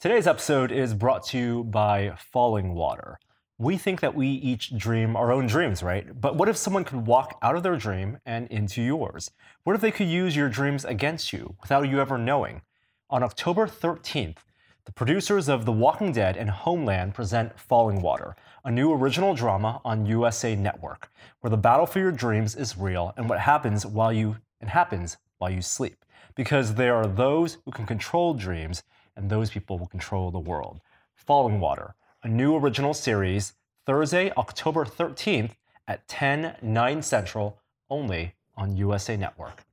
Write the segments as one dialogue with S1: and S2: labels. S1: Today's episode is brought to you by Falling Water. We think that we each dream our own dreams, right? But what if someone could walk out of their dream and into yours? What if they could use your dreams against you without you ever knowing? On October 13th, the producers of The Walking Dead and Homeland present Falling Water, a new original drama on USA Network, where the battle for your dreams is real and what happens while you and happens while you sleep. Because there are those who can control dreams and those people will control the world. Falling Water, a new original series, Thursday, October 13th at 10, 9 Central, only on USA Network.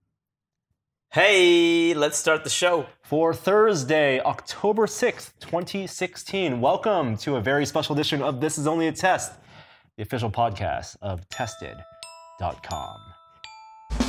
S2: Hey, let's start the show.
S1: For Thursday, October 6th, 2016, welcome to a very special edition of This Is Only a Test, the official podcast of Tested.com.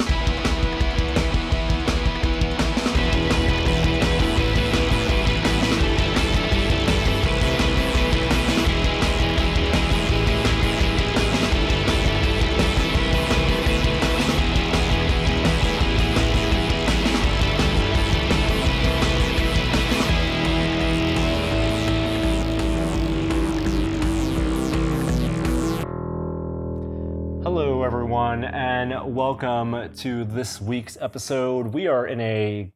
S1: Hello, everyone, and welcome to this week's episode. We are in a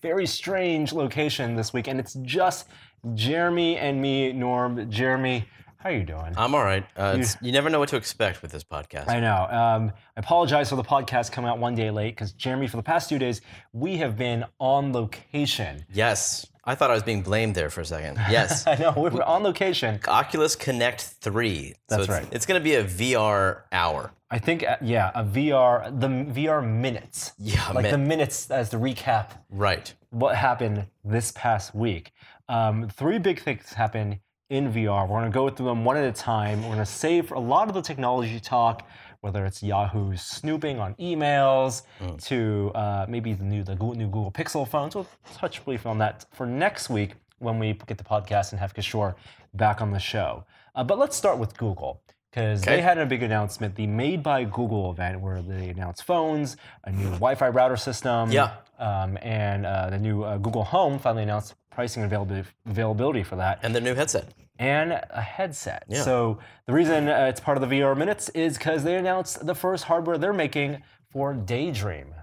S1: very strange location this week, and it's just Jeremy and me, Norm. Jeremy, how are you doing?
S2: I'm all right. Uh, it's, you never know what to expect with this podcast.
S1: I know. Um, I apologize for the podcast coming out one day late because, Jeremy, for the past two days, we have been on location.
S2: yes, I thought I was being blamed there for a second. Yes,
S1: I know, we were on location.
S2: Oculus Connect 3.
S1: That's
S2: it's,
S1: right.
S2: It's going to be a VR hour.
S1: I think, uh, yeah, a VR, the VR minutes.
S2: Yeah,
S1: Like the
S2: man.
S1: minutes as the recap
S2: right.
S1: what happened this past week. Um, three big things happened in VR. We're going to go through them one at a time. We're going to save a lot of the technology talk, whether it's Yahoo snooping on emails
S2: Mm.
S1: to uh, maybe the new the Google, new Google Pixel phones. We'll touch briefly on that for next week when we get the podcast and have Kishore back on the show. Uh, but let's start with Google. Because they
S2: Okay.
S1: had a big announcement, the Made by Google event, where they announced phones, a new Wi-Fi router system,
S2: Yeah.
S1: um, and uh, the new uh, Google Home finally announced pricing and availability, availability for that,
S2: And the new headset.
S1: and a headset.
S2: Yeah.
S1: So the reason uh, it's part of the VR minutes is because they announced the first hardware they're making for Daydream.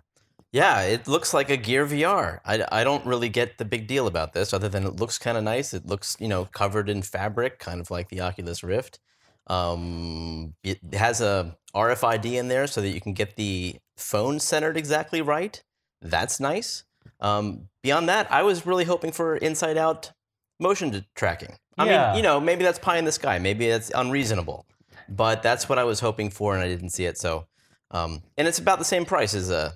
S2: Yeah, it looks like a Gear VR. I, I don't really get the big deal about this, other than it looks kind of nice. It looks, you know, covered in fabric, kind of like the Oculus Rift. Um, it has a RFID in there so that you can get the phone centered exactly right. That's nice. Um, beyond that, I was really hoping for inside out motion d- tracking. I
S1: Yeah.
S2: mean, you know, maybe that's pie in the sky. Maybe that's unreasonable, but that's what I was hoping for, and I didn't see it. So, um, and it's about the same price as a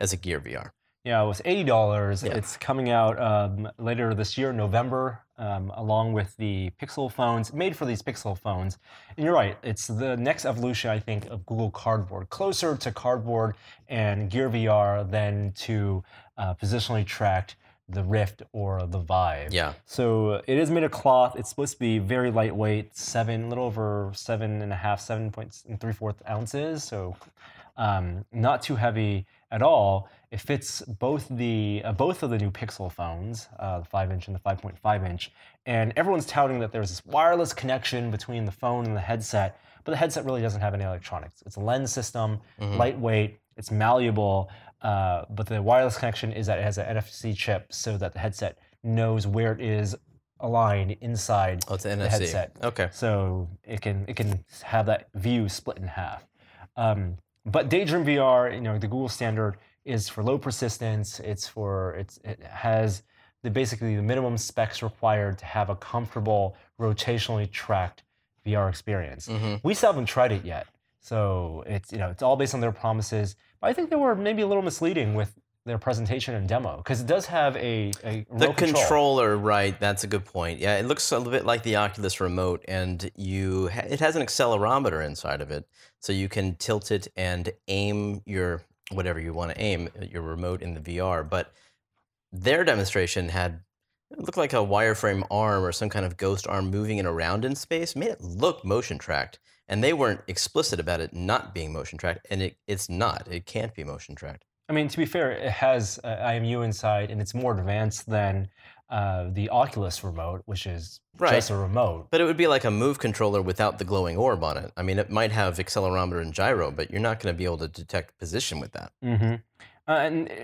S2: as a Gear VR.
S1: Yeah, it was eighty dollars.
S2: Yeah.
S1: It's coming out um, later this year, November, um, along with the Pixel phones, made for these Pixel phones. And you're right; it's the next evolution, I think, of Google Cardboard, closer to Cardboard and Gear VR than to uh, positionally tracked the Rift or the Vive.
S2: Yeah,
S1: So it is made of cloth. It's supposed to be very lightweight, seven, little over seven and a half, seven point and three fourth ounces. So um, not too heavy at all. It fits both the uh, both of the new Pixel phones, uh, the five inch and the five point five inch. And everyone's touting that there's this wireless connection between the phone and the headset, but the headset really doesn't have any electronics. It's a lens system,
S2: Hmm. Mm-hmm.
S1: lightweight. It's malleable, uh, but the wireless connection is that it has an NFC chip so that the headset knows where it is aligned inside
S2: oh, it's an
S1: the
S2: NFC.
S1: headset.
S2: Okay,
S1: So it can it can have that view split in half. Um, but Daydream VR, you know, the Google standard is for low persistence. It's for it's it has the basically the minimum specs required to have a comfortable rotationally tracked VR experience.
S2: Mhm.
S1: We still haven't tried it yet, so it's you know it's all based on their promises. But I think they were maybe a little misleading with their presentation and demo because it does have a, a
S2: the
S1: remote
S2: controller, right? That's a good point. Yeah, it looks a little bit like the Oculus Remote, and you ha- it has an accelerometer inside of it, so you can tilt it and aim your whatever you want to aim uh, your remote in the VR. But their demonstration had it looked like a wireframe arm or some kind of ghost arm moving it around in space made it look motion tracked and they weren't explicit about it not being motion tracked and it, it's not it can't be motion tracked
S1: I mean, to be fair, it has uh, IMU inside, and it's more advanced than uh, the Oculus remote, which is
S2: Right.
S1: just a remote.
S2: But it would be like a move controller without the glowing orb on it. I mean, it might have accelerometer and gyro, but you're not going to be able to detect position with that.
S1: hmm Uh, and uh,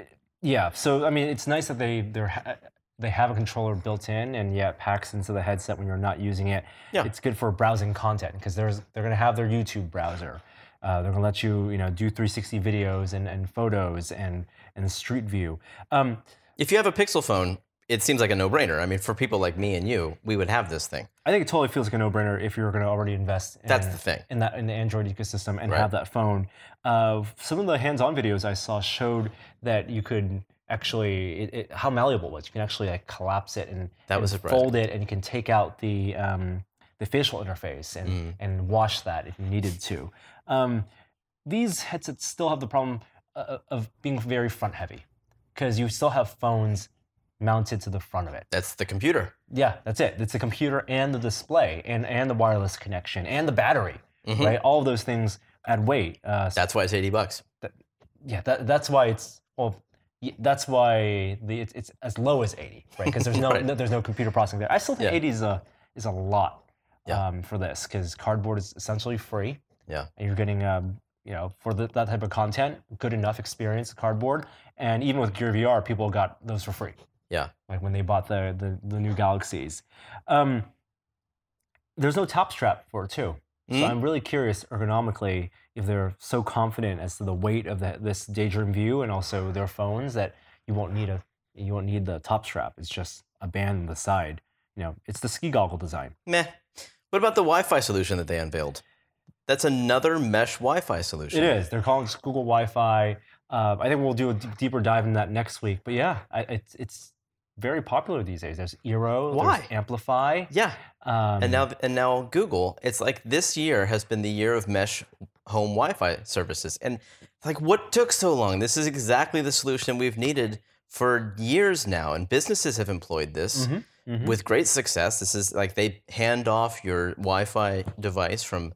S1: yeah, so I mean, it's nice that they they're ha- they have a controller built in, and yeah, it packs into the headset when you're not using it.
S2: Yeah.
S1: it's good for browsing content because there's they're gonna have their YouTube browser. Uh, they're gonna let you you know do 360 videos and, and photos and and Street View. Um,
S2: If you have a Pixel phone, it seems like a no-brainer. I mean, for people like me and you, we would have this thing.
S1: I think it totally feels like a no-brainer if you're gonna already invest. In,
S2: That's the thing.
S1: in that in the Android ecosystem and
S2: Right.
S1: have that phone. Uh, some of the hands-on videos I saw showed that you could actually it, it, how malleable it was. You can actually like collapse it and,
S2: That
S1: and
S2: was surprising.
S1: fold it, and you can take out the um, the facial interface and
S2: Mm.
S1: and wash that if you needed to. Um, these headsets still have the problem uh, of being very front-heavy because you still have phones mounted to the front of it.
S2: That's the computer.
S1: Yeah, that's it. It's the computer and the display and, and the wireless connection and the battery,
S2: Mhm.
S1: right? All of those things add weight. Uh, so
S2: That's why it's 80 bucks.
S1: yeah, that, that's why it's well, y- that's why the it's, it's as low as eighty, right? Because there's no,
S2: Right.
S1: no- there's no computer processing there. I still think
S2: Yeah.
S1: eighty is a is a lot
S2: Yeah.
S1: um, for this because cardboard is essentially free.
S2: Yeah.
S1: and you're getting um, you know for the, that type of content, good enough experience cardboard, and even with Gear VR, people got those for free.
S2: Yeah.
S1: like when they bought the the, the new Galaxies. Um, there's no top strap for it too. So
S2: Mm.
S1: I'm really curious ergonomically if they're so confident as to the weight of the, this Daydream View and also their phones that you won't need a you won't need the top strap. It's just a band on the side. You know, it's the ski goggle design.
S2: Meh. What about the Wi-Fi solution that they unveiled? That's another mesh Wi-Fi solution.
S1: It is. They're calling it Google Wi-Fi. Uh, I think we'll do a d- deeper dive in that next week. But yeah, I, it's it's very popular these days. There's Eero.
S2: Why?
S1: There's Amplify.
S2: Yeah.
S1: Um,
S2: And now and now Google, it's like this year has been the year of mesh home Wi-Fi services. And like what took so long? This is exactly the solution we've needed for years now and businesses have employed this
S1: Mhm, mhm.
S2: with great success. This is like they hand off your Wi-Fi device from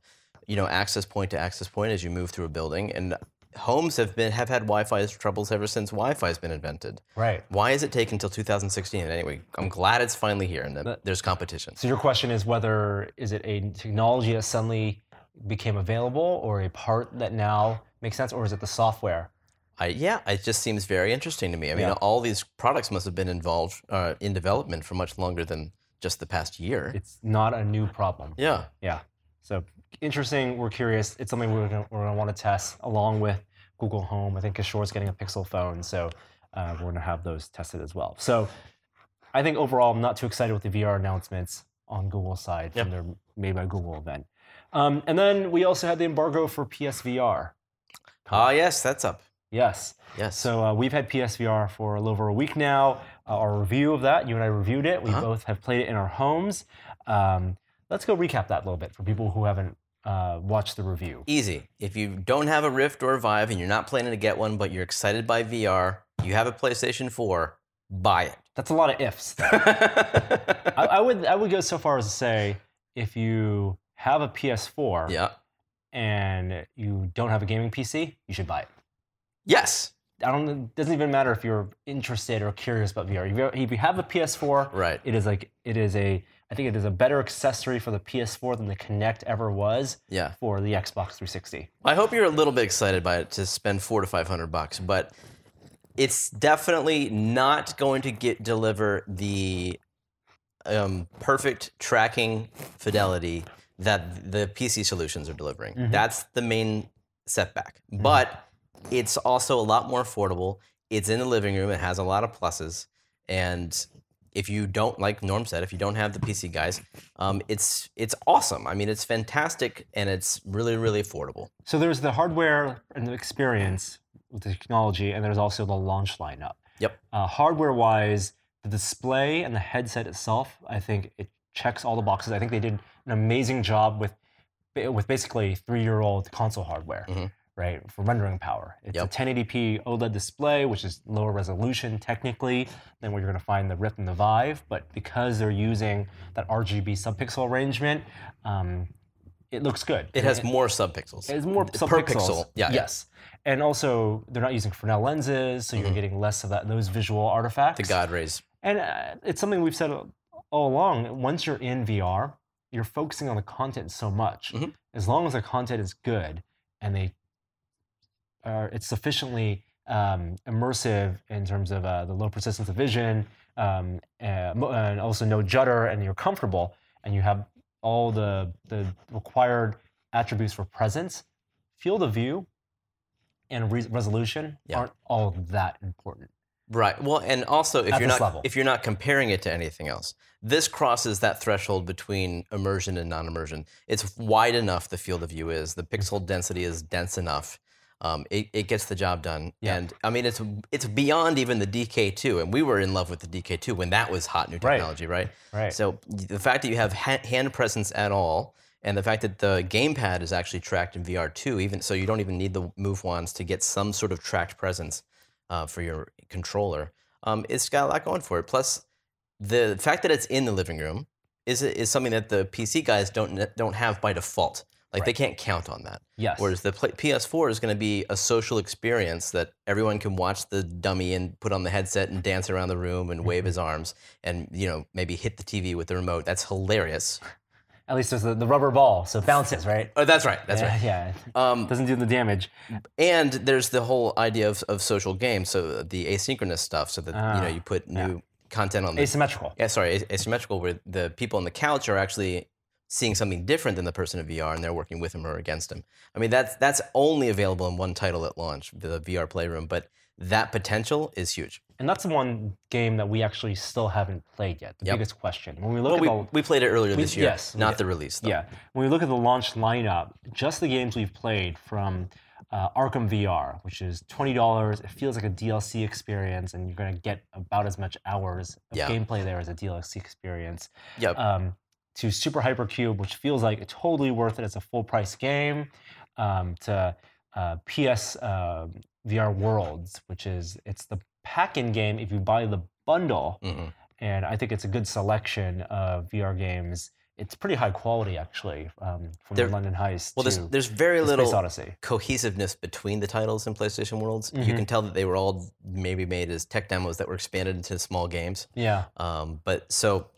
S2: you know access point to access point as you move through a building and homes have been have had Wi-Fi troubles ever since Wi-Fi's been invented.
S1: right.
S2: Why is it taken until 2016? Anyway, I'm glad it's finally here and that
S1: But-
S2: there's competition.
S1: So your question is whether is it a technology that suddenly became available or a part that now makes sense, or is it the software?
S2: I, yeah, it just seems very interesting to me. I mean,
S1: Yeah.
S2: all these products must have been involved uh, in development for much longer than just the past year.
S1: It's not a new problem.
S2: yeah,
S1: Yeah. So interesting. We're curious. It's something we're gonna, we're gonna want to test along with Google Home. I think Kishore's getting a Pixel phone, so uh, we're gonna have those tested as well. So I think overall, I'm not too excited with the VR announcements on Google's side from their Made by Google event. Um, and then we also had the embargo for PSVR.
S2: ah, yes, that's up.
S1: Yes.
S2: Yes,
S1: So uh, we've had PSVR for a little over a week now. Uh, our review of that, you and I reviewed it. We
S2: Uh-huh.
S1: both have played it in our homes. Um, let's go recap that a little bit for people who haven't uh, watched the review.
S2: easy. If you don't have a Rift or a Vive and you're not planning to get one, but you're excited by VR, you have a PlayStation 4, buy it.
S1: That's a lot of ifs. I, I would I would go so far as to say if you have a PS4
S2: yeah.
S1: and you don't have a gaming PC, you should buy it.
S2: Yes.
S1: I don't. It doesn't even matter if you're interested or curious about VR. If you- If you have a PS4,
S2: Right.
S1: it is like it is a i think it is a better accessory for the ps4 than the kinect ever was
S2: Yeah.
S1: for the xbox 360
S2: I hope you're a little bit excited by it to spend four to five hundred bucks, but it's definitely not going to get deliver the um, perfect tracking fidelity that the PC solutions are delivering.
S1: Mhm.
S2: That's the main setback.
S1: Mhm.
S2: But it's also a lot more affordable. It's in the living room. It has a lot of pluses, and if you don't like Norm said, if you don't have the PC guys, um, it's it's awesome. I mean, it's fantastic and it's really really affordable.
S1: so there's the hardware and the experience with the technology and there's also the launch lineup
S2: Yep.
S1: uh, hardware wise the display and the headset itself i think it checks all the boxes i think they did an amazing job with with basically three-year-old console hardware
S2: Mhm.
S1: right for rendering power it's
S2: Yep.
S1: a 1080p oled display which is lower resolution technically than what you're going to find in the rift and the vive but because they're using that rgb subpixel arrangement um, it looks good
S2: It has
S1: And-
S2: more subpixels.
S1: it's more
S2: Per
S1: subpixels.
S2: pixel, yeah, yeah.
S1: Yes. And also, they're not using Fresnel lenses, so you're
S2: Mhm.
S1: getting less of that those visual artifacts.
S2: The God rays.
S1: And uh, it's something we've said all along. Once you're in VR, you're focusing on the content so much.
S2: Mhm.
S1: As long as the content is good and they are, it's sufficiently um, immersive in terms of uh, the low persistence of vision, um, uh, mo- and also no judder, and you're comfortable, and you have all the the required attributes for presence, field of view, and re- resolution
S2: Yeah.
S1: aren't all that important.
S2: Right. Well, and also if
S1: At
S2: you're
S1: this
S2: not
S1: level.
S2: if you're not comparing it to anything else, this crosses that threshold between immersion and non-immersion. It's wide enough. The field of view is
S1: Mm.
S2: the pixel density is dense enough. Um, it, it gets the job done.
S1: Yeah.
S2: And I mean, it's it's beyond even the DK2, and we were in love with the DK2 when that was hot new
S1: Right.
S2: technology, right?
S1: Right.
S2: So the fact that you have ha- hand presence at all, and the fact that the gamepad is actually tracked in VR too, even so, you don't even need the move wands to get some sort of tracked presence uh, for your controller. Um, it's got a lot going for it. Plus, the fact that it's in the living room is is something that the PC guys don't ne- don't have by default. Like they can't count on that.
S1: yes.
S2: Whereas the pla PS4 is going to be a social experience that everyone can watch the dummy and put on the headset and dance around the room and
S1: Mm-hmm.
S2: wave his arms and you know maybe hit the TV with the remote. That's hilarious.
S1: At least there's the, the rubber ball, so it bounces, right?
S2: Oh, that's right. That's
S1: yeah,
S2: right.
S1: Yeah,
S2: Um,
S1: it doesn't do the damage.
S2: and there's the whole idea of, of social games, so the asynchronous stuff, so that you know
S1: Ah,
S2: you put new content on the
S1: Asymmetrical.
S2: yeah, sorry, as- asymmetrical, where the people on the couch are actually seeing something different than the person in VR, and they're working with him or against him. I mean, that's that's only available in one title at launch, the VR Playroom, but that potential is huge.
S1: And that's the one game that we actually still haven't played yet. The
S2: Yep.
S1: biggest question. When we look
S2: Well,
S1: at
S2: we,
S1: the
S2: we played it earlier
S1: we-
S2: this year,
S1: yes, we
S2: not
S1: did.
S2: the release. Though.
S1: Yeah. When we look at the launch lineup, just the games we've played from uh, Arkham VR, which is twenty dollars, it feels like a DLC experience, and you're gonna get about as much hours of
S2: Yeah.
S1: gameplay there as a DLC experience.
S2: Yep.
S1: Um, to Super Hypercube, which feels like it's totally worth it. It's a full price game. Um, to uh, PS uh, VR Worlds, which is it's the pack-in game if you buy the bundle
S2: Mhm.
S1: and I think it's a good selection of VR games. It's pretty high quality, actually, um, from
S2: There-
S1: the London Heist
S2: Well, there's
S1: to
S2: there's very
S1: the
S2: little
S1: Space Odyssey.
S2: cohesiveness between the titles in PlayStation Worlds. You
S1: Mhm.
S2: can tell that they were all maybe made as tech demos that were expanded into small games.
S1: Yeah,
S2: Um, but so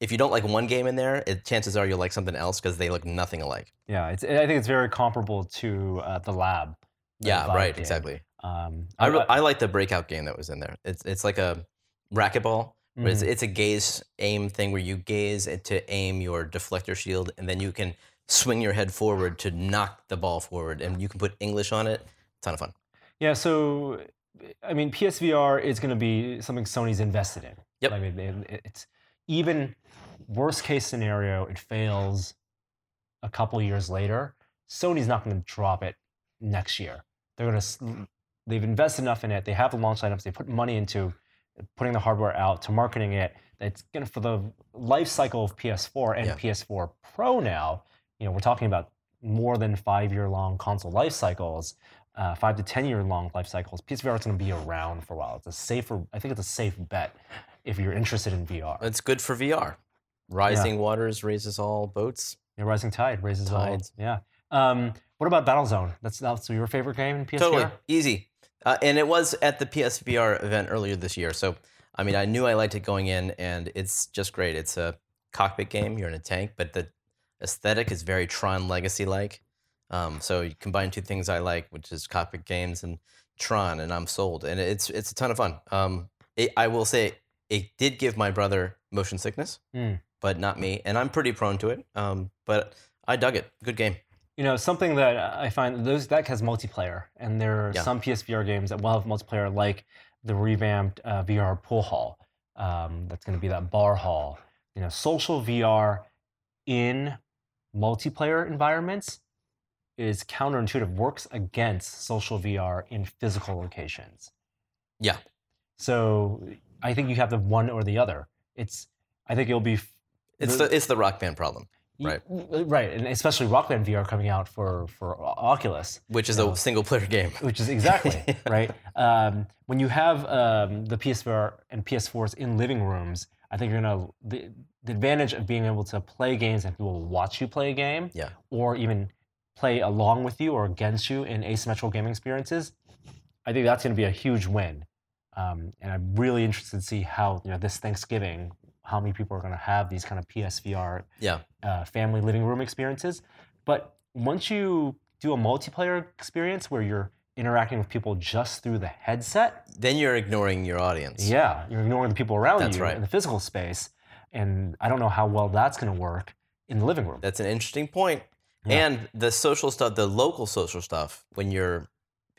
S2: if you don't like one game in there, it, chances are you'll like something else because they look nothing alike.
S1: yeah. It's, I think it's very comparable to uh, the Lab. the
S2: Yeah,
S1: Vive
S2: right,
S1: game.
S2: exactly.
S1: Um,
S2: I, re- I like the breakout game that was in there. It's it's like a racquetball, but
S1: mm-hmm.
S2: it's, it's a gaze aim thing where you gaze at- to aim your deflector shield, and then you can swing your head forward to knock the ball forward, and you can put English on it. Ton of fun.
S1: Yeah, so I mean, PSVR is going to be something Sony's invested in.
S2: Yep.
S1: I mean, it- it's even worst case scenario, it fails a couple years later. Sony's not going to drop it next year. They're going to. They've invested enough in it. They have the launch lineups. They put money into putting the hardware out to marketing it. It's going to for the life cycle of PS4 and
S2: Yeah.
S1: PS4 Pro now. You know, we're talking about more than five year long console life cycles uh, five to ten year long life cycles, PSVR is going to be around for a while. It's a safer, I think it's a safe bet if you're interested in VR.
S2: It's good for VR. Rising waters raises all boats.
S1: Yeah, Rising Tide raises
S2: Tides.
S1: all. Yeah. Um, what about Battlezone? That's that's your favorite game in PSVR.
S2: Totally easy, uh, and it was at the PSVR event earlier this year. So I mean, I knew I liked it going in, and it's just great. It's a cockpit game. You're in a tank, but the aesthetic is very Tron Legacy like. Um, so you combine two things I like, which is cockpit games and Tron, and I'm sold. And it's it's a ton of fun. Um, it, I will say it did give my brother motion sickness,
S1: Mm.
S2: but not me, and I'm pretty prone to it. Um, but I dug it. Good game.
S1: You know, something that I find those that has multiplayer, and there are
S2: Yeah.
S1: some PSVR games that will have multiplayer, like the revamped uh, VR pool hall. Um, that's going to be that bar hall. You know, social VR in multiplayer environments is counterintuitive. Works against social VR in physical locations.
S2: Yeah.
S1: So I think you have the one or the other. It's. I think it'll be. f-
S2: It's
S1: the-
S2: the it's the rock band problem.
S1: Y-
S2: Right.
S1: w- Right, and especially Rockland VR coming out for for O- Oculus,
S2: which is
S1: No.
S2: a single player game.
S1: which is exactly right. Um, when you have um, the PSVR and PS4s in living rooms, I think you're gonna the, the advantage of being able to play games and people will watch you play a game,
S2: Yeah.
S1: or even play along with you or against you in asymmetrical gaming experiences. I think that's gonna be a huge win Um, and I'm really interested to see how you know this Thanksgiving, how many people are going to have these kind of PSVR
S2: Yeah.
S1: uh, family living room experiences. But once you do a multiplayer experience where you're interacting with people just through the headset,
S2: Then you're ignoring your audience.
S1: yeah, you're ignoring the people around
S2: That's
S1: you
S2: right.
S1: in the physical space. And I don't know how well that's going to work in the living room.
S2: That's an interesting point.
S1: Yeah.
S2: And the social stuff, the local social stuff, when you're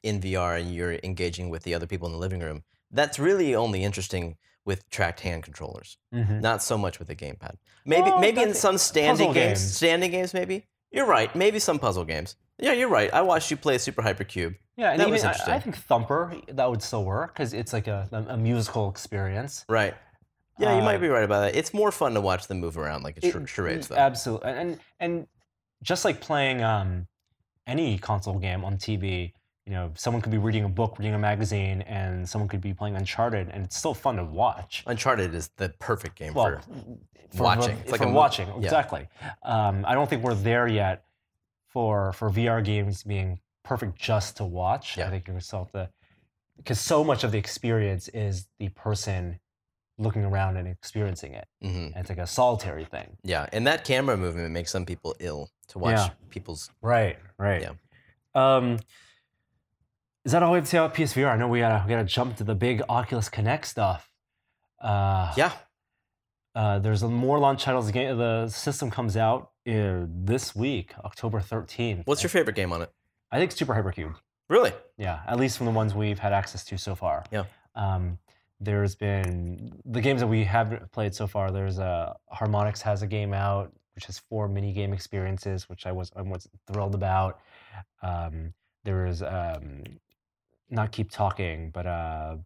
S2: in VR and you're engaging with the other people in the living room, that's really only interesting with tracked hand controllers.
S1: Mhm.
S2: Not so much with a gamepad. Maybe
S1: Well,
S2: maybe in
S1: that's-
S2: some standing
S1: puzzle
S2: games,
S1: games.
S2: standing games maybe. You're right. Maybe some puzzle games. Yeah, you're right. I watched you play Super Hypercube.
S1: Yeah, and
S2: That
S1: even
S2: was
S1: I, I
S2: interesting.
S1: think Thumper that would still work because it's like a, a musical experience.
S2: Right. Yeah, you might
S1: Um,
S2: be right about that. It's more fun to watch them move around like a char-
S1: It-
S2: charades though.
S1: Absolutely, and and- and just like playing um, any console game on TV, you know, someone could be reading a book, reading a magazine, and someone could be playing Uncharted, and it's still fun to watch.
S2: Uncharted is the perfect game
S1: Well,
S2: for
S1: for
S2: watching. It's
S1: for
S2: like a mo-
S1: watching
S2: yeah.
S1: exactly. Um, I don't think we're there yet for for VR games being perfect just to watch. I
S2: Yeah.
S1: think you're still the because so much of the experience is the person looking around and experiencing it,
S2: hmm
S1: and it's like a solitary thing.
S2: Yeah, and that camera movement makes some people ill to watch
S1: Yeah.
S2: people's.
S1: Right, right. Yeah. Um, is that all we have to say about PSVR? I know we gotta we gotta jump to the big Oculus Connect stuff. Uh,
S2: Yeah,
S1: uh, there's a more launch titles. Again, the system comes out uh, this week, October 13th.
S2: what's your favorite game on it?
S1: I think Super Hypercube.
S2: Really?
S1: Yeah, at least from the ones we've had access to so far.
S2: Yeah.
S1: Um, there's been the games that we have played so far. There's uh, Harmonix has a game out, which has four mini game experiences, which I was I was thrilled about. Um, there is um, not keep talking, but uh,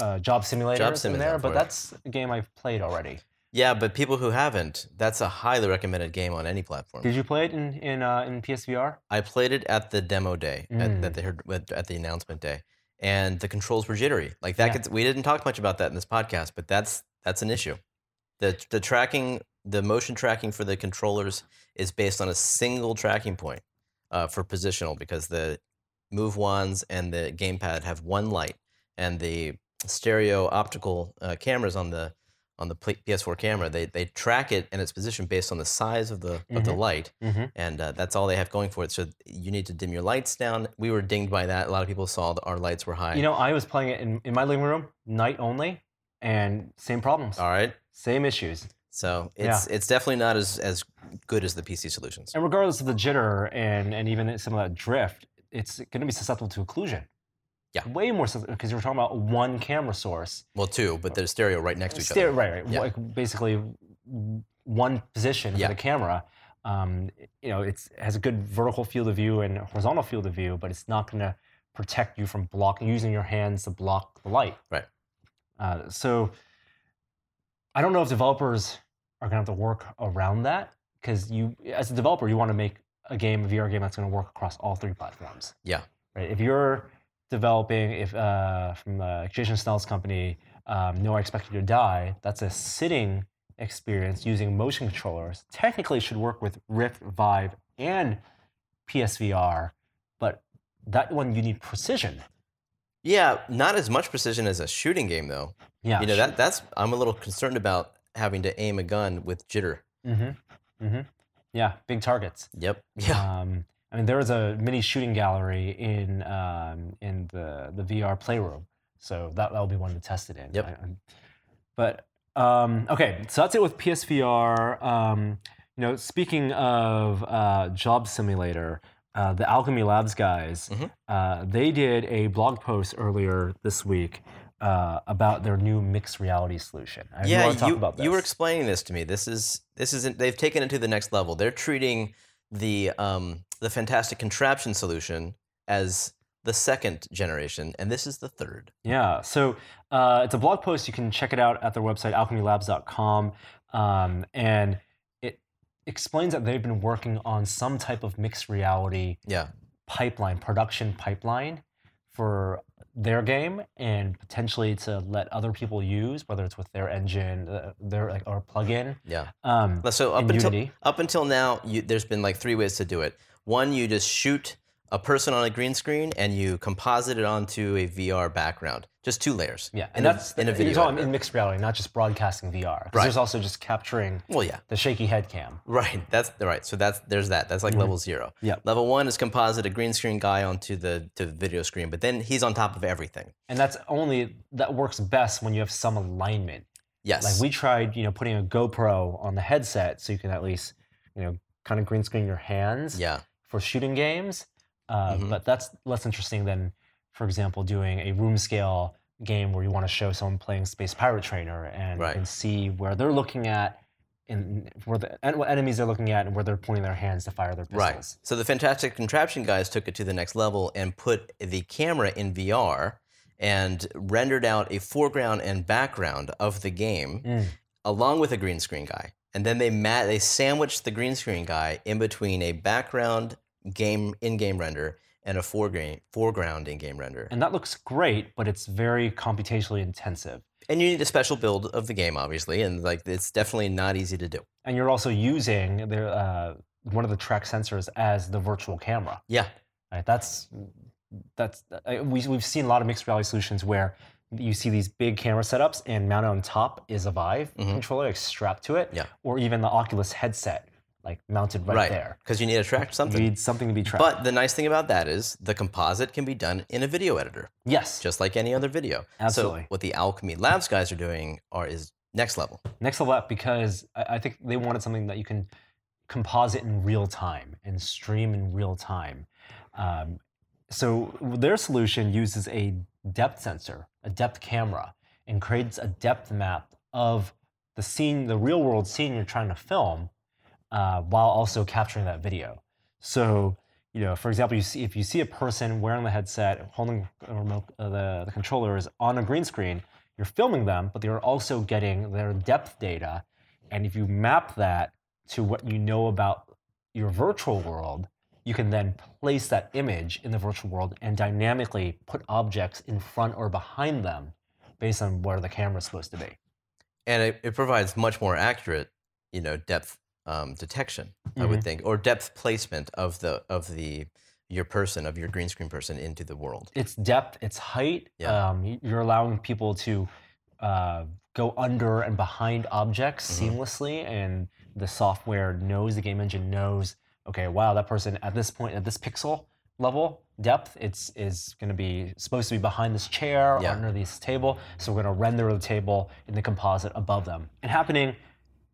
S1: uh, Job Simulator.
S2: Job
S1: is in
S2: Simulator,
S1: there,
S2: of
S1: but
S2: course.
S1: that's a game I've played already.
S2: Yeah, but people who haven't, that's a highly recommended game on any platform.
S1: Did you play it in in uh, in PSVR?
S2: I played it at the demo day at,
S1: Mm.
S2: that they heard with- at the announcement day, and the controls were jittery. Like that,
S1: Yeah.
S2: gets, we didn't talk much about that in this podcast, but that's that's an issue. the The tracking, the motion tracking for the controllers is based on a single tracking point uh, for positional because the move wands and the gamepad have one light, and the stereo optical uh, cameras on the on the pl- PS4 camera they they track it and its position based on the size of the of the light
S1: Mm-hmm.
S2: and uh, that's all they have going for it. So you need to dim your lights down. We were dinged by that. A lot of people saw that our lights were high.
S1: You know, I was playing it in, in my living room, night only, and same problems,
S2: all right.
S1: same issues.
S2: So it's it's definitely not as as good as the PC solutions.
S1: And regardless of the jitter and, and even some of that drift, it's going to be susceptible to occlusion.
S2: Yeah.
S1: Way more susceptible because you're talking about one camera source.
S2: Well, two, but they're stereo right next to each
S1: Stereo-
S2: other.
S1: Right, right.
S2: Yeah.
S1: Like basically w- one position
S2: Yeah.
S1: for the camera. Um, you know, it's it has a good vertical field of view and horizontal field of view, but it's not going to protect you from blocking using your hands to block the light.
S2: Right.
S1: Uh, so I don't know if developers are going to have to work around that because you, as a developer, you want to make a game, a VR game that's going to work across all three platforms.
S2: Yeah.
S1: Right. If you're developing, if uh, from the Jason Snell's company, um, No, I Expect You to Die, that's a sitting experience using motion controllers. Technically, should work with Rift, Vive, and PSVR, but that one you need precision.
S2: Yeah, not as much precision as a shooting game though.
S1: Yeah.
S2: you know that that's I'm a little concerned about having to aim a gun with jitter.
S1: Mm-hmm. Mm-hmm. Yeah. Big targets.
S2: Yep. Yeah.
S1: Um, I mean, there was a mini shooting gallery in um, in the the VR playroom, so that that'll be one to test it in.
S2: Yep.
S1: I- I'm- but um, okay, so that's it with PSVR. Um, you know, speaking of uh, Job Simulator, uh, the Alchemy Labs guys,
S2: Mhm.
S1: uh, they did a blog post earlier this week. Uh, about their new mixed reality solution. I
S2: yeah,
S1: want to talk
S2: you,
S1: about this.
S2: you were explaining this to me. This is this is they've taken it to the next level. They're treating the um, the fantastic contraption solution as the second generation, and this is the third.
S1: Yeah, so uh, it's a blog post. You can check it out at their website, alchemylabs.com. Um, and it explains that they've been working on some type of mixed reality
S2: Yeah,
S1: pipeline, production pipeline for their game and potentially to let other people use, whether it's with their engine, uh, their like, or plugin.
S2: yeah.
S1: Um,
S2: So up
S1: in
S2: until
S1: Unity.
S2: up until now, you, there's been like three ways to do it. One, you just shoot a person on a green screen and you composite it onto a VR background. Just two layers.
S1: Yeah,
S2: in
S1: and
S2: a-
S1: that's
S2: in a
S1: You're
S2: video.
S1: talking in mixed reality, not just broadcasting VR. 'cause
S2: Right.
S1: There's also just capturing
S2: well, yeah.
S1: the shaky head cam.
S2: Right. That's right. So that's there's that. That's like level zero.
S1: Yeah.
S2: Level one is composite a green screen guy onto the to the video screen, but then he's on top of everything.
S1: And that's only that works best when you have some alignment.
S2: Yes.
S1: Like we tried, you know, putting a GoPro on the headset so you can at least, you know, kind of green screen your hands
S2: yeah.
S1: for shooting games. Uh,
S2: Mhm.
S1: But that's less interesting than, for example, doing a room scale game where you want to show someone playing Space Pirate Trainer and,
S2: Right.
S1: and see where they're looking at and where the and what enemies they're looking at and where they're pointing their hands to fire their pistols.
S2: Right. So the Fantastic Contraption guys took it to the next level and put the camera in VR and rendered out a foreground and background of the game
S1: Mm.
S2: along with a green screen guy. And then they ma- they sandwiched the green screen guy in between a background game in-game render and a foreground foreground in-game render.
S1: And that looks great, but it's very computationally intensive.
S2: And you need a special build of the game, obviously, and like it's definitely not easy to do.
S1: And you're also using the, uh, one of the track sensors as the virtual camera.
S2: Yeah,
S1: Right? That's that's uh, we, we've seen a lot of mixed reality solutions where you see these big camera setups and mounted on top is a Vive
S2: Mhm.
S1: controller like strapped to it,
S2: Yeah.
S1: or even the Oculus headset like mounted right,
S2: Right.
S1: there.
S2: because you need to track something.
S1: Need something to be tracked.
S2: But the nice thing about that is the composite can be done in a video editor,
S1: yes,
S2: just like any other video.
S1: Absolutely.
S2: So what the Alchemy Labs guys are doing are is next level.
S1: next level up because I, I think they wanted something that you can composite in real time and stream in real time. Um, so their solution uses a depth sensor, a depth camera, and creates a depth map of the scene, the real world scene you're trying to film, uh, while also capturing that video. So you know, for example, you see if you see a person wearing the headset, holding a remote, uh, the, the controller is on a green screen. You're filming them, but they're also getting their depth data, and if you map that to what you know about your virtual world, you can then place that image in the virtual world and dynamically put objects in front or behind them based on where the camera's supposed to be.
S2: And it, it provides much more accurate, you know, depth um, detection, I would think, or depth placement of the of the your person, of your green screen person into the world.
S1: It's depth, it's height.
S2: Yeah.
S1: Um, y- you're allowing people to uh, go under and behind objects
S2: Mhm.
S1: seamlessly, and the software knows, the game engine knows. Okay, wow, that person at this point at this pixel level depth, it's is going to be supposed to be behind this chair or
S2: Yeah.
S1: under this table. So we're going to render the table in the composite above them, and happening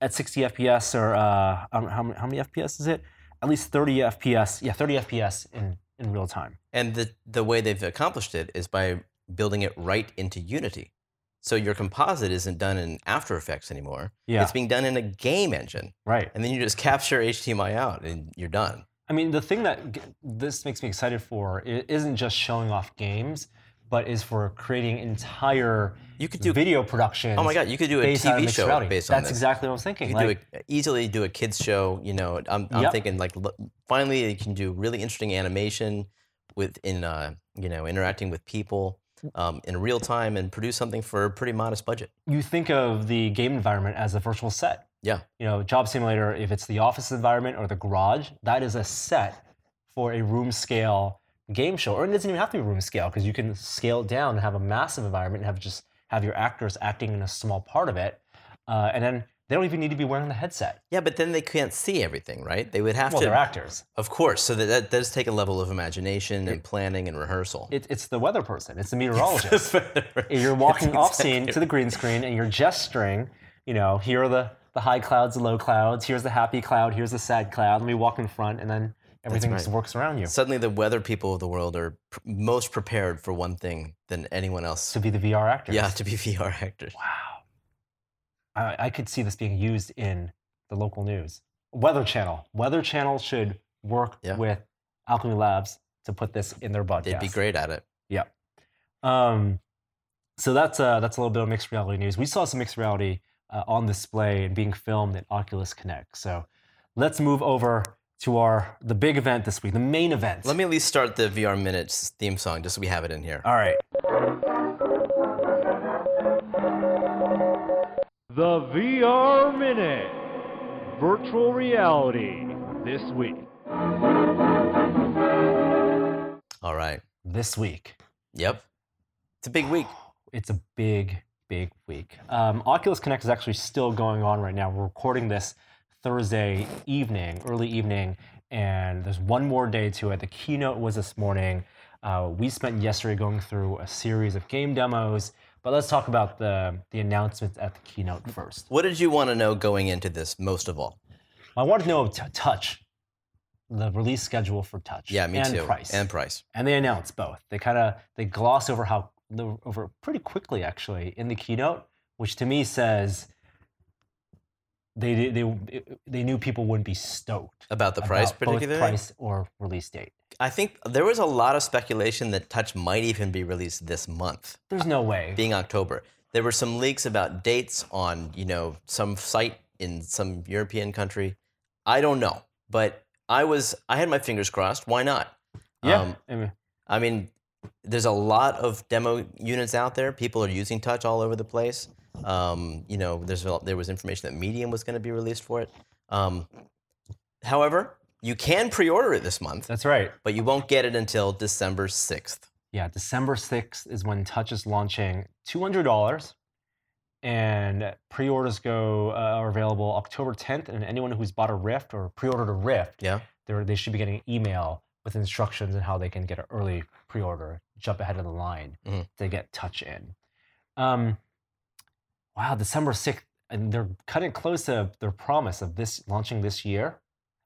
S1: at 60 FPS or uh, um, how, many, how many FPS is it? At least 30 FPS. Yeah, 30 FPS in in real time.
S2: And the, the way they've accomplished it is by building it right into Unity. So your composite isn't done in After Effects anymore.
S1: Yeah.
S2: It's being done in a game engine.
S1: Right.
S2: And then you just capture HTML out and you're done.
S1: I mean, the thing that g- this makes me excited for i- isn't just showing off games, but is for creating entire
S2: You could do,
S1: video productions.
S2: oh my God, you could do a
S1: based on
S2: TV
S1: mixed
S2: show
S1: reality.
S2: based on
S1: That's
S2: this.
S1: exactly what I was thinking.
S2: you could
S1: Like,
S2: do a, easily do a kids show. You know, I'm, I'm
S1: Yep.
S2: thinking like look, finally you can do really interesting animation with in uh, you know interacting with people um, in real time and produce something for a pretty modest budget.
S1: you think of the game environment as a virtual set.
S2: Yeah.
S1: You know, job simulator, if it's the office environment or the garage, that is a set for a room scale game show. Or it doesn't even have to be room scale because you can scale it down and have a massive environment and have just have your actors acting in a small part of it. Uh, and then they don't even need to be wearing the headset.
S2: Yeah, but then they can't see everything, right? They would have
S1: Well,
S2: to
S1: they're actors.
S2: Of course. So that, that does take a level of imagination and planning and rehearsal.
S1: It, it's the weather person. It's the meteorologist.
S2: It's
S1: you're walking off
S2: exactly
S1: scene to the green screen and you're gesturing. You know, here are the the high clouds, the low clouds. Here's the happy cloud. Here's the sad cloud. Let me walk in front, and then everything
S2: right.
S1: just works around you
S2: Suddenly, the weather people of the world are pr- most prepared for one thing than anyone else.
S1: to be the VR actor.
S2: Yeah, to be VR actors.
S1: Wow. I, I could see this being used in the local news. Weather Channel. Weather Channel should work
S2: Yeah.
S1: with Alchemy Labs to put this in their podcast.
S2: They'd be great at it.
S1: Um, so that's uh, that's a little bit of mixed reality news. We saw some mixed reality uh, on display and being filmed at Oculus Connect. So let's move over to our the big event this week, the main event.
S2: Let me at least start the VR Minutes theme song just so we have it in here.
S1: All right.
S3: The VR Minute Virtual Reality this week.
S2: All right.
S1: this week.
S2: Yep. It's a big week.
S1: It's a big, big week. Um, Oculus Connect is actually still going on right now. We're recording this Thursday evening, early evening, and there's one more day to it. The keynote was this morning. Uh, we spent yesterday going through a series of game demos, but let's talk about the, the announcements at the keynote first.
S2: What did you want to know going into this most of all?
S1: I wanted to know t- Touch, the release schedule for Touch.
S2: Yeah, me
S1: and
S2: too.
S1: Price.
S2: And price.
S1: and they announce both. They kind of they gloss over how the- over pretty quickly actually in the keynote, which to me says they they they knew people wouldn't be stoked
S2: About the price,
S1: about both
S2: particularly.
S1: price or release date.
S2: I think there was a lot of speculation that Touch might even be released this month,
S1: There's no way.
S2: being October. There were some leaks about dates on, you know, some site in some European country. I don't know, but I was I had my fingers crossed. Why not?
S1: yeah,
S2: um,
S1: I mean,
S2: I mean, there's a lot of demo units out there. People are using touch all over the place. Um, you know, there's a- there was information that Medium was going to be released for it. Um, however, you can pre-order it this month,
S1: that's right.
S2: but you won't get it until December sixth.
S1: Yeah, December 6th is when Touch is launching $200. And pre orders go uh, are available October 10th. And anyone who's bought a Rift or pre ordered a Rift,
S2: Yeah.
S1: they're- they should be getting an email with instructions on how they can get an early pre order, jump ahead of the line
S2: Mhm.
S1: to get Touch in. Um, wow, December 6th. And they're cutting close to their promise of this launching this year.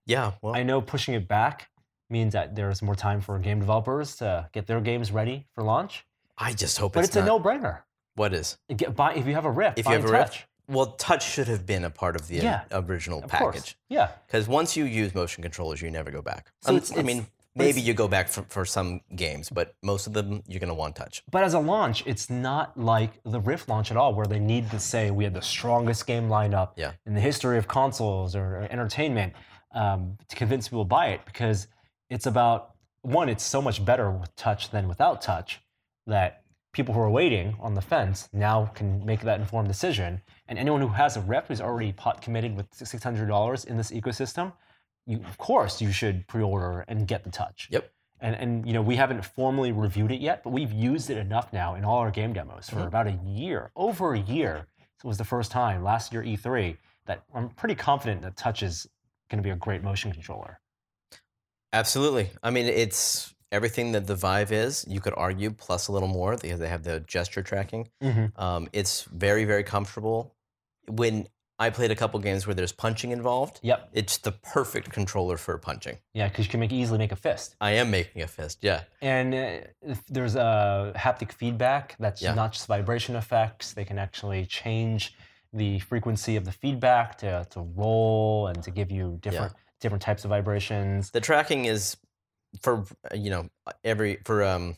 S2: Yeah, well,
S1: I know pushing it back means that there's more time for game developers to get their games ready for launch.
S2: I just hope
S1: But
S2: it's,
S1: it's, a
S2: not-
S1: no-brainer.
S2: What is?
S1: Get, buy, if you have a Rift,
S2: If you
S1: buy
S2: have a Rift,
S1: touch.
S2: Well, touch should have been a part of the
S1: Yeah,
S2: original
S1: of
S2: package
S1: course. Yeah,
S2: because once you use motion controllers, you never go back.
S1: So
S2: Um,
S1: it's-
S2: I
S1: it's-
S2: mean,
S1: but it's-
S2: maybe you go back for, for some games, but most of them you're going to want touch.
S1: but as a launch, it's not like the Rift launch at all, where they need to say we had the strongest game lineup
S2: Yeah.
S1: in the history of consoles or, or entertainment um, to convince people to buy it, because it's about one. It's so much better with touch than without touch that people who are waiting on the fence now can make that informed decision, and anyone who has a Rift who's already pot committed with six hundred dollars in this ecosystem. You, of course, you should pre-order and get the touch.
S2: Yep.
S1: and and you know we haven't formally reviewed it yet, but we've used it enough now in all our game demos for
S2: Mhm.
S1: about a year, over a year. So it was the first time last year E3 that I'm pretty confident that Touch is going to be a great motion controller.
S2: Absolutely. I mean, it's everything that the Vive is. You could argue plus a little more because they have the gesture tracking. Um, it's very, very comfortable. When I played a couple games where there's punching involved,
S1: Yep.
S2: it's the perfect controller for punching.
S1: Yeah, because you can make easily make a fist,
S2: I am making a fist. Yeah.
S1: and uh, if there's a haptic feedback that's
S2: Yeah.
S1: not just vibration effects. They can actually change the frequency of the feedback to to roll and to give you different different types of vibrations.
S2: The tracking is for uh, you know every for um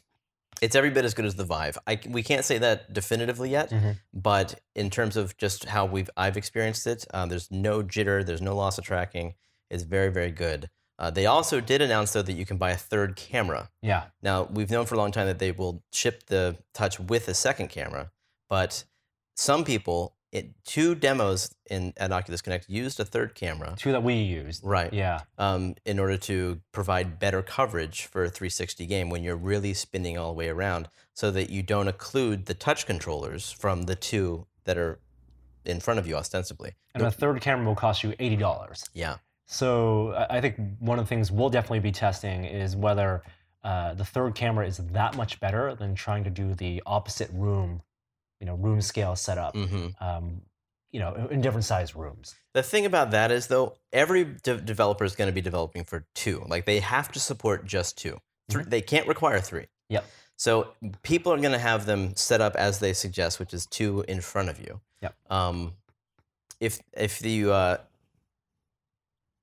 S2: it's every bit as good as the Vive. I c- we can't say that definitively yet,
S1: Mhm.
S2: but in terms of just how we've I've experienced it, uh, there's no jitter, there's no loss of tracking. It's very very good. Uh, they also did announce though that you can buy a third camera.
S1: Yeah.
S2: Now we've known for a long time that they will ship the Touch with a second camera, but some people it, two demos in at Oculus Connect used a third camera.
S1: Two that we used.
S2: Right
S1: Yeah.
S2: um, in order to provide better coverage for a 360 game when you're really spinning all the way around so that you don't occlude the touch controllers from the two that are in front of you ostensibly.
S1: and a third camera will cost you eighty dollars.
S2: Yeah.
S1: So I- I think one of the things we'll definitely be testing is whether uh, the third camera is that much better than trying to do the opposite room, you know, room scale setup,
S2: hmm
S1: um, you know, in- in different size rooms.
S2: The thing about that is, though, every de- developer is going to be developing for two. Like they have to support just 2 Three, They can't require three.
S1: Mm-hmm. Yep.
S2: So people are going to have them set up as they suggest, which is two in front of you.
S1: Yep.
S2: Um, if if the uh,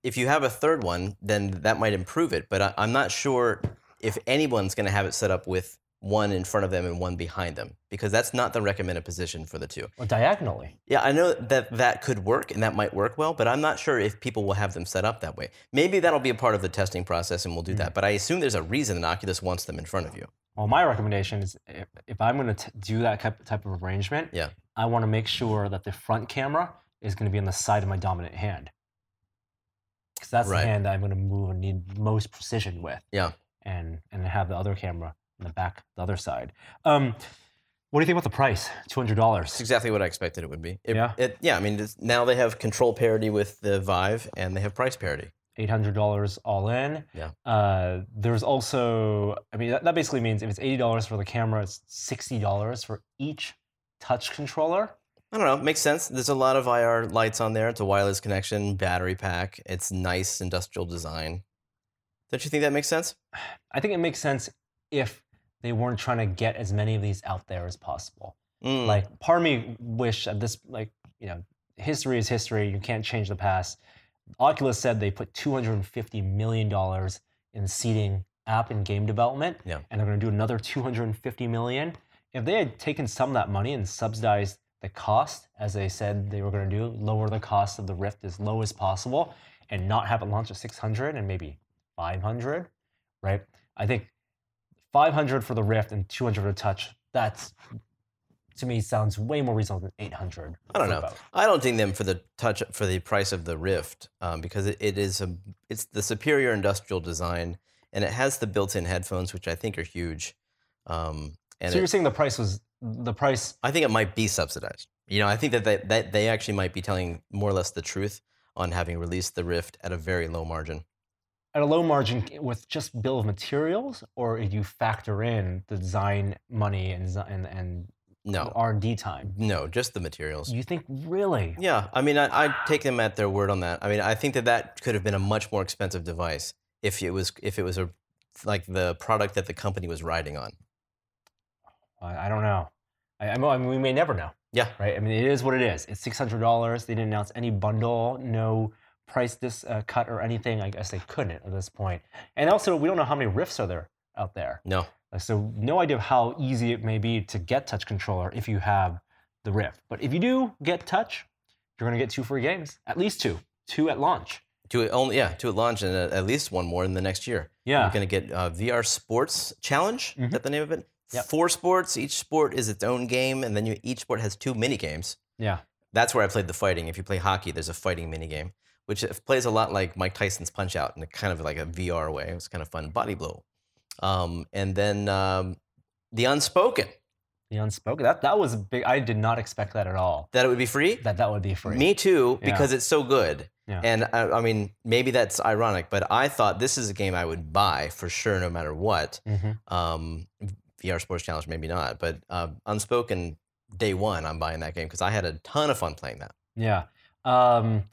S2: if you have a third one, then that might improve it. But I, I'm not sure if anyone's going to have it set up with one in front of them and one behind them because that's not the recommended position for the two.
S1: Or diagonally.
S2: Yeah, I know that that could work and that might work well, but I'm not sure if people will have them set up that way. Maybe that'll be a part of the testing process and we'll do that, but I assume there's a reason that Oculus wants them in front of you.
S1: Well, my recommendation is if, if I'm going to do that type type of arrangement,
S2: Yeah.
S1: I want to make sure that the front camera is going to be on the side of my dominant hand. Because that's
S2: Right.
S1: the hand that I'm going to move and need most precision with.
S2: Yeah.
S1: and and have the other camera in the back, the other side. Um, what do you think about the price? Two hundred
S2: It's
S1: dollars.
S2: exactly what I expected it would be. It-
S1: Yeah.
S2: It, yeah. I mean, it's, now they have control parity with the Vive, and they have price parity.
S1: Eight hundred dollars all in.
S2: Yeah.
S1: Uh, there's also, I mean, that, that basically means if it's eighty dollars for the camera, it's sixty dollars for each touch controller.
S2: I don't know. Makes sense. There's a lot of IR lights on there. It's a wireless connection, battery pack. It's nice industrial design. Don't you think that makes sense?
S1: I think it makes sense if they weren't trying to get as many of these out there as possible.
S2: Mm,
S1: Like, part of me wish at this, like, you know, history is history. You can't change the past. Oculus said they put $250 million in seeding app and game development,
S2: Yeah.
S1: and they're going to do another $250 million. If they had taken some of that money and subsidized the cost, as they said they were going to do, lower the cost of the Rift as low as possible, and not have it launch at 600 and maybe 500, right? I think 500 for the Rift and 200 for Touch. That's to me sounds way more reasonable than 800.
S2: I don't
S1: for
S2: know.
S1: both.
S2: I don't ding them for the touch for the price of the Rift um, because it, it is a it's the superior industrial design and it has the built-in headphones which I think are huge. Um, and
S1: So
S2: it-
S1: you're saying the price was the price?
S2: I think it might be subsidized. You know, I think that they, that they actually might be telling more or less the truth on having released the Rift at a very low margin.
S1: At a low margin with just bill of materials, or if you factor in the design money and desi- and, and
S2: No,
S1: R and D time.
S2: no, just the materials.
S1: You think really?
S2: Yeah, I mean, I, I take them at their word on that. I mean, I think that that could have been a much more expensive device if it was if it was a like the product that the company was riding on.
S1: I, I don't know. I, I mean, I mean, we may never know,
S2: Yeah,
S1: right? I mean, it is what it is. It's six hundred dollars. They didn't announce any bundle, no price this uh, cut or anything. I guess they couldn't at this point. And also, we don't know how many rifts are there out there.
S2: no,
S1: Uh, So no idea of how easy it may be to get touch controller if you have the Rift. But if you do get touch, you're going to get two free games, at least two, two at launch.
S2: to it only yeah to it launch and at at least one more in the next year.
S1: Yeah.
S2: You're gonna get uh, VR Sports Challenge. Is
S1: Mhm.
S2: that the name of it?
S1: Yep.
S2: Four sports. Each sport is its own game, and then you, each sport has two mini games.
S1: yeah.
S2: That's where I played the fighting. If you play hockey, there's a fighting mini game, which it plays a lot like Mike Tyson's Punch Out in a kind of like a VR way. It was kind of fun. Body blow, um, and then um, the Unspoken.
S1: The unspoken. That that was a big. I did not expect that at all.
S2: That it would be free.
S1: That that would be free.
S2: Me too,
S1: Yeah.
S2: because it's so good.
S1: Yeah.
S2: And I, I mean, maybe that's ironic, but I thought this is a game I would buy for sure, no matter what.
S1: Mhm.
S2: Um, VR Sports Challenge, maybe not, but uh, Unspoken Day One, I'm buying that game because I had a ton of fun playing that.
S1: Yeah. Um,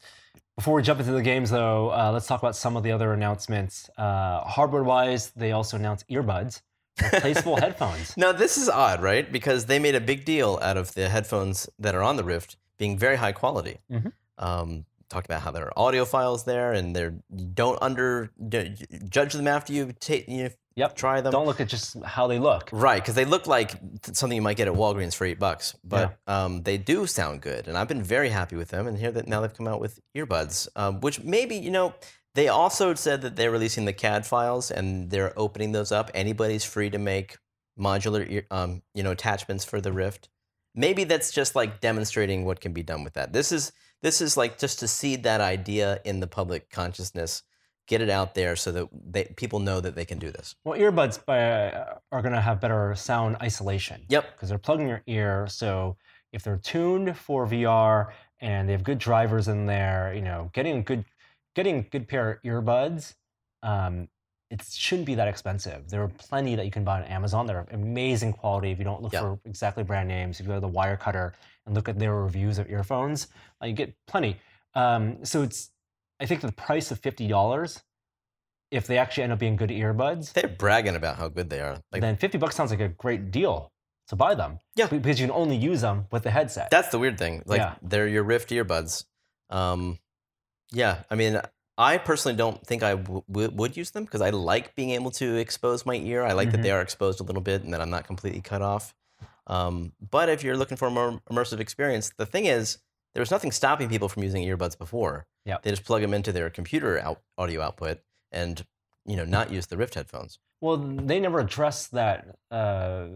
S1: before we jump into the games, though, uh, let's talk about some of the other announcements. Uh, Hardware-wise, they also announced earbuds, replaceable headphones.
S2: Now this is odd, right? Because they made a big deal out of the headphones that are on the Rift being very high quality.
S1: Mhm.
S2: Um, talked about how there are audio files there, and they're don't under d- judge them after you take you know,
S1: Yep.
S2: try them.
S1: Don't look at just how they look.
S2: Right, because they look like th- something you might get at Walgreens for eight bucks, but um, they do sound good, and I've been very happy with them. And here that now they've come out with earbuds, um, which maybe you know they also said that they're releasing the CAD files and they're opening those up. Anybody's free to make modular, ear, um, you know, attachments for the Rift. Maybe that's just like demonstrating what can be done with that. This is this is like just to seed that idea in the public consciousness, get it out there so that they, people know that they can do this.
S1: Well, earbuds uh, are going to have better sound isolation.
S2: Yep.
S1: because they're plugging your ear. So if they're tuned for VR and they have good drivers in there, you know, getting a good getting a good pair of earbuds, um, it shouldn't be that expensive. There are plenty that you can buy on Amazon. They're amazing quality if you don't look
S2: Yeah.
S1: for exactly brand names. If you go to the wire cutter and look at their reviews of earphones, uh, you get plenty. Um, so it's I think the price of fifty dollars, if they actually end up being good earbuds,
S2: They're bragging about how good they are. Like
S1: then 50 bucks sounds like a great deal to buy them.
S2: Yeah.
S1: Be- Because you can only use them with the headset.
S2: that's the weird thing. Like
S1: Yeah.
S2: they're your Rift earbuds. Um, yeah, I mean, I personally don't think I w- w- would use them because I like being able to expose my ear. I like that they are exposed a little bit and that I'm not completely cut off. Um, but if you're looking for a more immersive experience, the thing is, there was nothing stopping people from using earbuds before.
S1: Yeah.
S2: They just plug them into their computer out- audio output and you know not use the Rift headphones.
S1: well, they never address that, uh,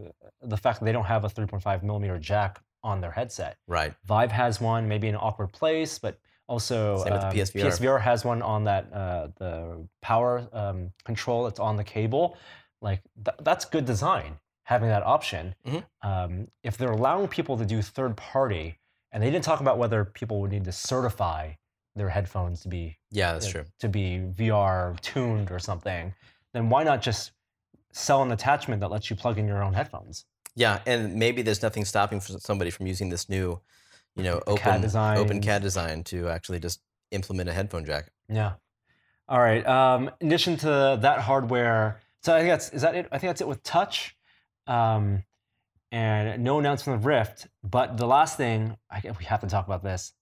S1: the fact that they don't have a 3.5 millimeter jack on their headset.
S2: Right.
S1: Vive has one, maybe in an awkward place, but Also,
S2: Same with the
S1: um,
S2: PSVR.
S1: has one on that uh, the power um, control that's on the cable. Like th- that's good design having that option.
S2: Mhm.
S1: Um, if they're allowing people to do third party, and they didn't talk about whether people would need to certify their headphones to be
S2: Yeah, that's
S1: you know,
S2: true.
S1: to be VR tuned or something, then why not just sell an attachment that lets you plug in your own headphones?
S2: Yeah, and maybe there's nothing stopping for somebody from using this new, you know,
S1: The CAD
S2: open
S1: design.
S2: open CAD design to actually just implement a headphone jack.
S1: Yeah. All right. Um, in addition to that hardware, so I think that's is that it. I think that's it with touch, um, and no announcement of Rift. But the last thing I guess we have to talk about this,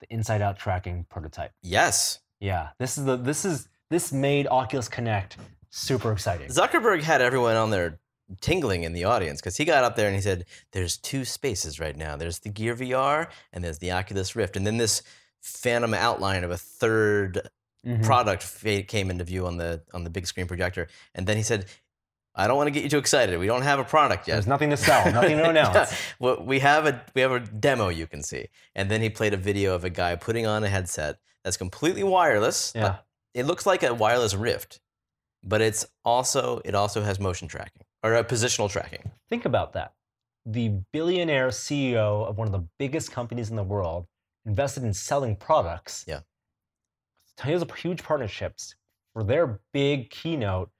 S1: the inside out tracking prototype.
S2: Yes,
S1: Yeah. This is the this is this made Oculus Connect super exciting.
S2: Zuckerberg had everyone on there tingling in the audience because he got up there and he said, "There's two spaces right now. There's the Gear VR and there's the Oculus Rift." And then this phantom outline of a third
S1: Mhm.
S2: product fa- came into view on the on the big screen projector, and then he said, "I don't want to get you too excited. We don't have a product yet.
S1: There's nothing to sell, nothing to announce.
S2: Well, we have a we have a demo you can see." And then he played a video of a guy putting on a headset that's completely wireless.
S1: Yeah.
S2: It looks like a wireless Rift, but it's also it also has motion tracking or uh, positional tracking.
S1: Think about that. The billionaire CEO of one of the biggest companies in the world invested in selling products.
S2: Yeah.
S1: Tons of huge partnerships for their big keynote,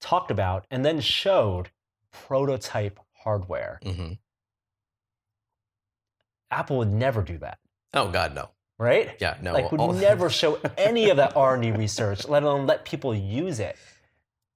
S1: talked about and then showed prototype hardware.
S2: hmm
S1: Apple would never do that,
S2: Oh God, no.
S1: right?
S2: Yeah, no. Oh,
S1: like would
S2: all-
S1: never show any of that R and D research, let alone let people use it.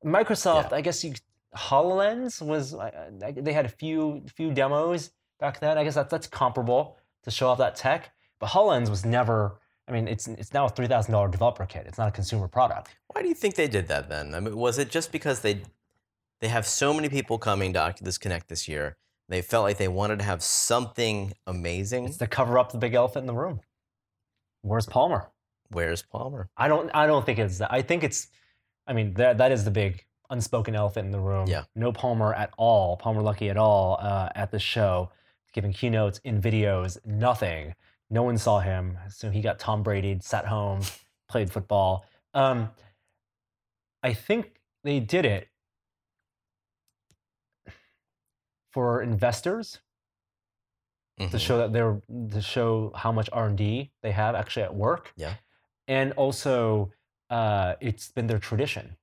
S1: Microsoft, I guess you Hololens was I- I- they had a few few demos back then. I guess that's that's comparable to show off that tech, but Hololens was never. I mean, it's it's now a three thousand dollar developer kit. It's not a consumer product.
S2: Why do you think they did that then? I mean, was it just because they they have so many people coming to Oculus Connect this year? They felt like they wanted to have something amazing.
S1: It's to cover up the big elephant in the room. Where's Palmer?
S2: Where's Palmer?
S1: I don't. I don't think it's that. I think it's. I mean, that that is the big unspoken elephant in the room.
S2: Yeah.
S1: No Palmer at all. Palmer Lucky at all uh, at the show, giving keynotes in videos. Nothing. No one saw him. So he got Tom Brady, sat home, played football. Um, I think they did it for investors to
S2: Mhm.
S1: show that they're to show how much R and D they have actually at work.
S2: Yeah.
S1: and also uh, it's been their tradition.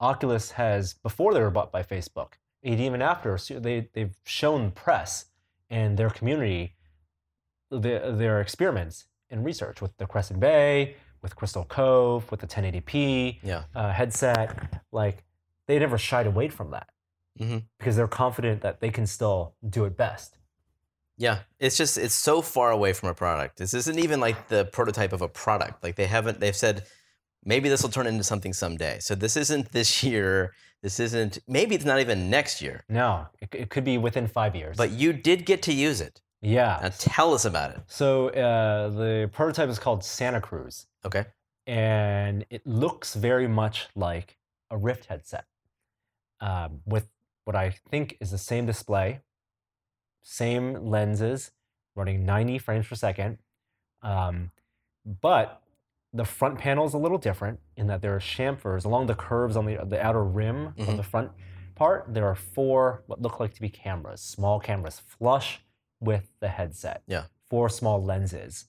S1: Oculus has before they were bought by Facebook, and even after so they they've shown press and their community their, their experiments and research with the Crescent Bay, with Crystal Cove, with the 1080p
S2: Yeah.
S1: uh, headset. Like they never shied away from that
S2: Mhm.
S1: because they're confident that they can still do it best.
S2: Yeah, it's just it's so far away from a product. This isn't even like the prototype of a product. Like they haven't they've said maybe this will turn into something someday. So this isn't this year. This isn't maybe it's not even next year.
S1: No, it, it could be within five years.
S2: But you did get to use it.
S1: yeah.
S2: Now tell us about it.
S1: so uh, the prototype is called Santa Cruz,
S2: Okay.
S1: and it looks very much like a Rift headset um, with what I think is the same display, same lenses, running 90 frames per second. Um, but the front panel is a little different in that there are chamfers along the curves on the, the outer rim of
S2: Mhm.
S1: the front part. There are four what look like to be cameras, small cameras flush with the headset.
S2: Yeah.
S1: Four small lenses.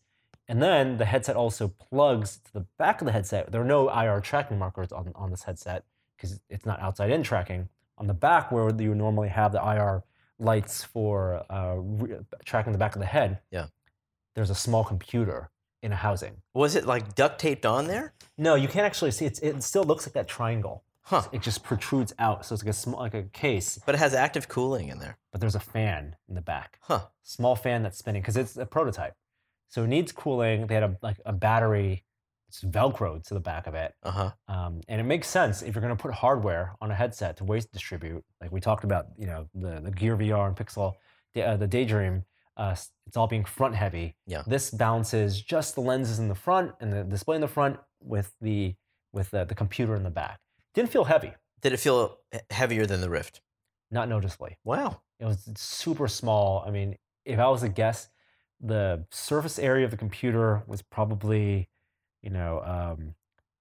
S1: And then the headset also plugs to the back of the headset. There are no IR tracking markers on, on this headset because it's not outside in tracking. On the back, where you normally have the IR lights for uh, re- tracking the back of the head,
S2: Yeah.
S1: there's a small computer in a housing.
S2: Was it like duct taped on there?
S1: No, you can't actually see. It's, it still looks like that triangle.
S2: Huh.
S1: It just protrudes out, so it's like a small, like a case.
S2: But it has active cooling in there.
S1: But there's a fan in the back,
S2: Huh.
S1: small fan that's spinning because it's a prototype, so it needs cooling. They had a like a battery, it's velcroed to the back of it,
S2: Uh huh.
S1: Um, and it makes sense if you're going to put hardware on a headset to waste distribute, like we talked about, you know, the, the Gear VR and Pixel, the, uh, the Daydream, uh, s- it's all being front heavy.
S2: Yeah.
S1: This balances just the lenses in the front and the display in the front with the with the, the computer in the back. Didn't feel heavy,
S2: Did it feel he- heavier than the Rift?
S1: not noticeably.
S2: Wow.
S1: It was super small. I mean, if I was to guess, the surface area of the computer was probably, you know, um,